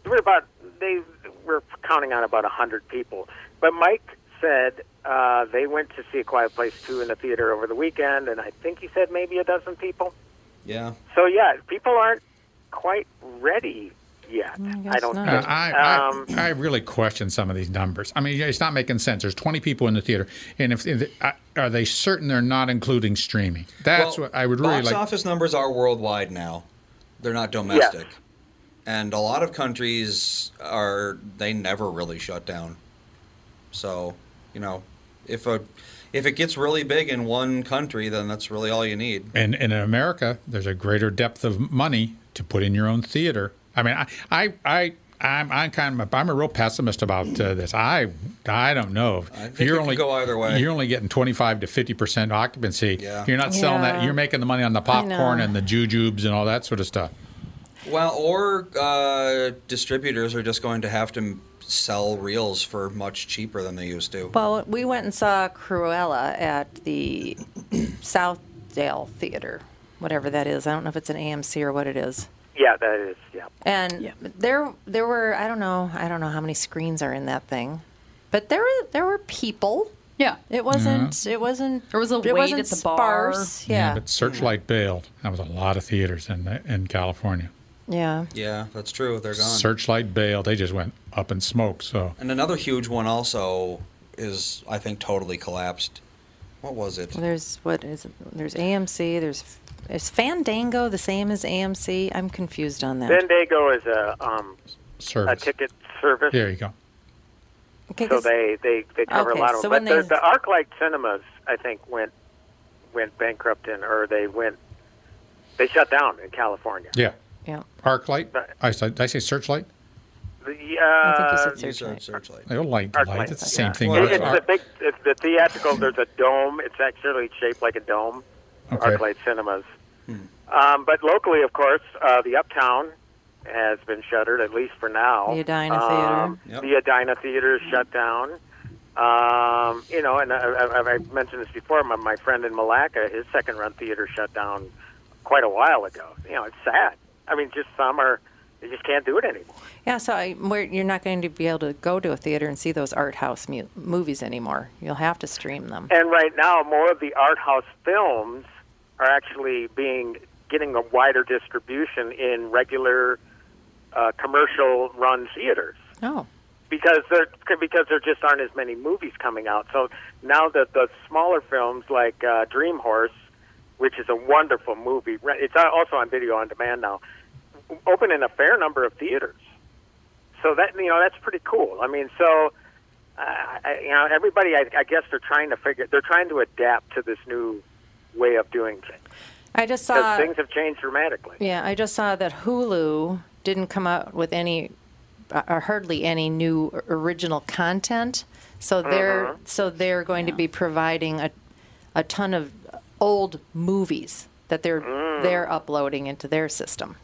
K: we're about they we're counting on about 100 people. But Mike said uh, they went to see A Quiet Place Two in the theater over the weekend, and I think he said maybe a dozen people.
C: Yeah.
K: So yeah, people aren't quite ready yet. I, don't
D: Uh,
K: think.
D: I,
K: um,
D: I, I really question some of these numbers. I mean, it's not making sense. There's 20 people in the theater, and if, if I- are they certain they're not including streaming? That's
C: Well,
D: what I would really
C: box
D: like.
C: office numbers are worldwide now; they're not domestic, and a lot of countries are they never really shut down. So, you know, if a if it gets really big in one country, then that's really all you need.
D: And, and in America, there's a greater depth of money to put in your own theater. I mean, I, I, I I'm, I'm kind of, I'm a real pessimist about uh, this. I, I don't know.
C: think it could go either way.
D: You're only getting 25 to 50 percent occupancy.
C: Yeah.
D: You're not selling that.
C: Yeah.
D: You're making the money on the
C: I know.
D: popcorn and the jujubes and all that sort of stuff.
C: Well, or uh, distributors are just going to have to m- sell reels for much cheaper than they used to.
B: Well, we went and saw Cruella at the Southdale Theater, whatever that is. I don't know if it's an AMC or what it is.
K: yeah, that is yeah.
B: And there, there were I don't know, I don't know how many screens are in that thing, but there were there were people.
I: Yeah,
B: it wasn't. It wasn't. There was
I: a
B: it
I: wait
B: wasn't
I: at the bar.
B: sparse. Yeah.
D: but Searchlight bailed. That was a lot of theaters in in California.
B: Yeah.
C: Yeah, that's true. They're gone.
D: Searchlight bailed. They just went up in smoke. So
C: And another huge one also is, I think, totally collapsed. What was it?
B: There's what is it? There's AMC. There's is Fandango the same as AMC? I'm confused on that.
K: Fandango is a um, a
D: Service.
K: ticket service.
D: there you go.
B: Okay,
K: so
B: 'cause-
K: they, they, they cover
B: Okay,
K: a lot of
B: so when
K: them. But
B: they-
K: the, the ArcLight Cinemas, I think, went went bankrupt in, or they went they shut down in California.
D: Yeah.
B: Yeah.
D: ArcLight. I said. Did I say Searchlight?
K: The, uh,
D: I don't like
K: Arclight,
D: light. It's the same
K: yeah.
D: thing.
K: It- it's
D: Arc-
K: the big, it's the theatrical. There's a dome. It's actually shaped like a dome.
D: Okay.
K: ArcLight Cinemas.
C: Hmm.
K: Um, but locally, of course, uh, the Uptown has been shuttered at least for now.
B: The Edina
K: Um,
B: Theater.
K: The Edina Theater is shut down. Um, you know, and I, I, I mentioned this before. My, my friend in Malacca, his second-run theater shut down quite a while ago. You know, it's sad. I mean, just some are they just can't do it anymore.
B: Yeah, so I, where you're not going to be able to go to a theater and see those art house mu- movies anymore. You'll have to stream them.
K: And right now, more of the art house films are actually being getting a wider distribution in regular uh, commercial run theaters
B: Oh,
K: because there because there just aren't as many movies coming out. So now that the smaller films like uh, Dream Horse, which is a wonderful movie, re- it's also on video on demand now, open in a fair number of theaters. So that you know that's pretty cool. I mean, so uh, I, you know everybody, I, I guess they're trying to figure, they're trying to adapt to this new way of doing things
B: I just
K: because
B: saw.
K: things have changed dramatically.
B: Yeah, I just saw that Hulu didn't come out with any, uh, or hardly any new or- original content. So they're
I: Mhm.
B: so they're going to be providing a, a ton of old movies that they're
I: Mm.
B: they're uploading into their system.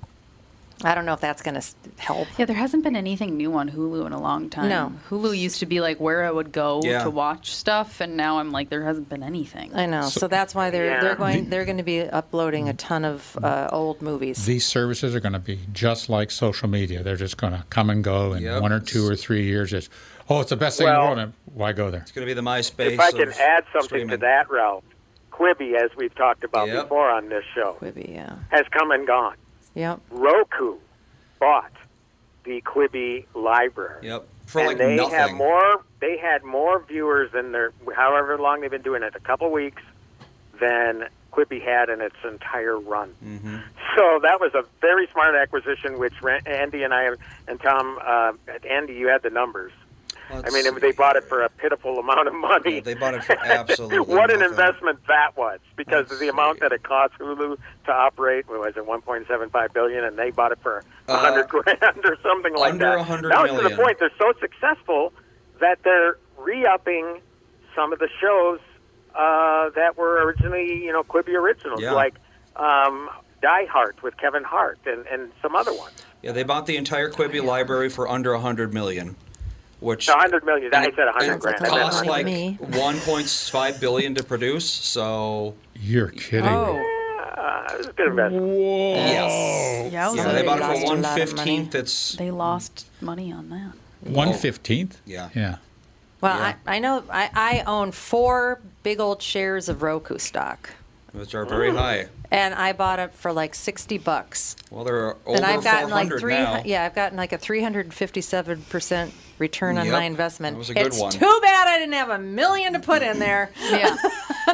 B: I don't know if that's going to help.
I: Yeah, there hasn't been anything new on Hulu in a long time.
B: No.
I: Hulu used to be like where I would go
B: Yeah.
I: to watch stuff, and now I'm like there hasn't been anything.
B: I know. So, that's why they're
I: Yeah.
B: they're going they're going to be uploading a ton of uh, old movies.
D: These services are going to be just like social media. They're just going to come and go in
C: Yep.
D: one or two or three years. It's, oh, it's the best thing in the
K: Well-
D: world. and Why go there?
C: It's going to be the MySpace.
K: if I can
C: of
K: add something to
C: streaming.
K: that, Ralph, Quibi, as we've talked about
C: Yep.
K: before on this show,
B: Quibi, yeah,
K: has come and gone.
B: yep.
K: Roku bought the Quibi library.
C: Yep. For
K: and
C: like
K: they
C: nothing.
K: have more. They had more viewers in their however long they've been doing it, a couple weeks, than Quibi had in its entire run.
C: Mm-hmm.
K: So that was a very smart acquisition, which Ran- Andy and I and Tom, uh, Andy, you had the numbers. I mean, they bought it for a pitiful amount of money.
C: they bought it for absolutely
K: what an
C: nothing.
K: investment that was, because of the amount that it cost Hulu to operate what was it 1.75 billion, and they bought it for a
C: Uh,
K: 100 grand or something like
C: under
K: that.
C: 100
K: now to the
C: million.
K: point they're so successful that they're re-upping some of the shows uh, that were originally, you know, Quibi originals,
C: Yeah.
K: like um, Die Hard with Kevin Hart and, and some other ones.
C: Yeah, they bought the entire Quibi library for under hundred million, which
K: No, 100 million. I said 100
C: and it
K: grand. I meant
C: cost
K: 100.
C: like one point five billion to produce. So
D: you're kidding.
I: Oh.
K: Uh, it's a good investment.
D: Whoa.
C: Yes.
I: Yeah,
C: Yeah,
I: so
C: they bought
I: lost
C: it
I: a
C: for
I: lot of
C: one
I: money.
C: fifteenth. It's
I: They lost money on that.
D: One fifteenth.
C: Yeah.
D: Yeah.
B: Well, I, I know I, I own four big old shares of Roku stock,
C: which are very high.
B: and I bought it for like sixty bucks.
C: Well, there are over
B: and I've gotten like
C: 400
B: three.
C: now.
B: Yeah, I've gotten like a three hundred and fifty-seven percent return on
C: Yep.
B: my investment.
C: That was a good
B: it's
C: one.
B: too bad I didn't have a million to put in there.
I: yeah,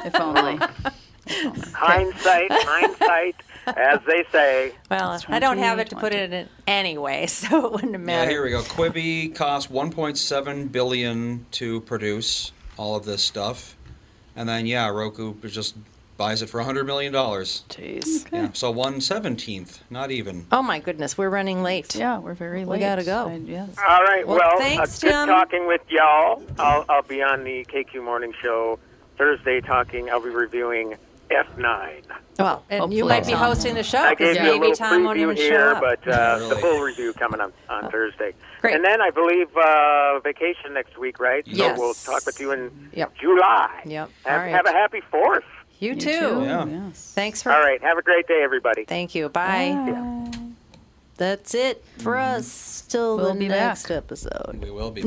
I: if only.
K: Um, hindsight, hindsight, as they say.
B: Well, I don't have it to put it in anyway, so it wouldn't have
C: Yeah,
B: mattered.
C: here we go. Quibi cost 1.7 billion to produce all of this stuff, and then yeah, Roku just buys it for 100 million dollars.
I: Jeez.
C: Yeah, so one seventeenth, not even.
B: Oh my goodness, we're running late. Yeah,
I: we're very
B: We
I: late.
B: gotta go.
K: All right. Well,
B: thanks,
K: uh, good
B: Tim.
K: talking with y'all. I'll, I'll be on the KQ Morning Show Thursday talking. I'll be reviewing F9.
B: Well, and you might be hosting the show
K: I gave
B: because
K: you a
B: maybe
K: little
B: Tom won't
K: preview
B: even
K: here,
B: show up. Oh,
K: but uh, the full review coming on, on Thursday.
B: Great.
K: And then I believe uh, vacation next week, right?
B: Yes.
K: So we'll talk with you in
B: Yep.
K: July.
B: Yep. All
K: Have,
B: right.
K: have a happy Fourth.
B: You, too.
K: Yeah.
B: Thanks for.
K: All right. Have a great day, everybody.
B: Thank you. Bye. That's it for us. Till
I: We'll
B: the
I: be
B: next episode.
C: We will be.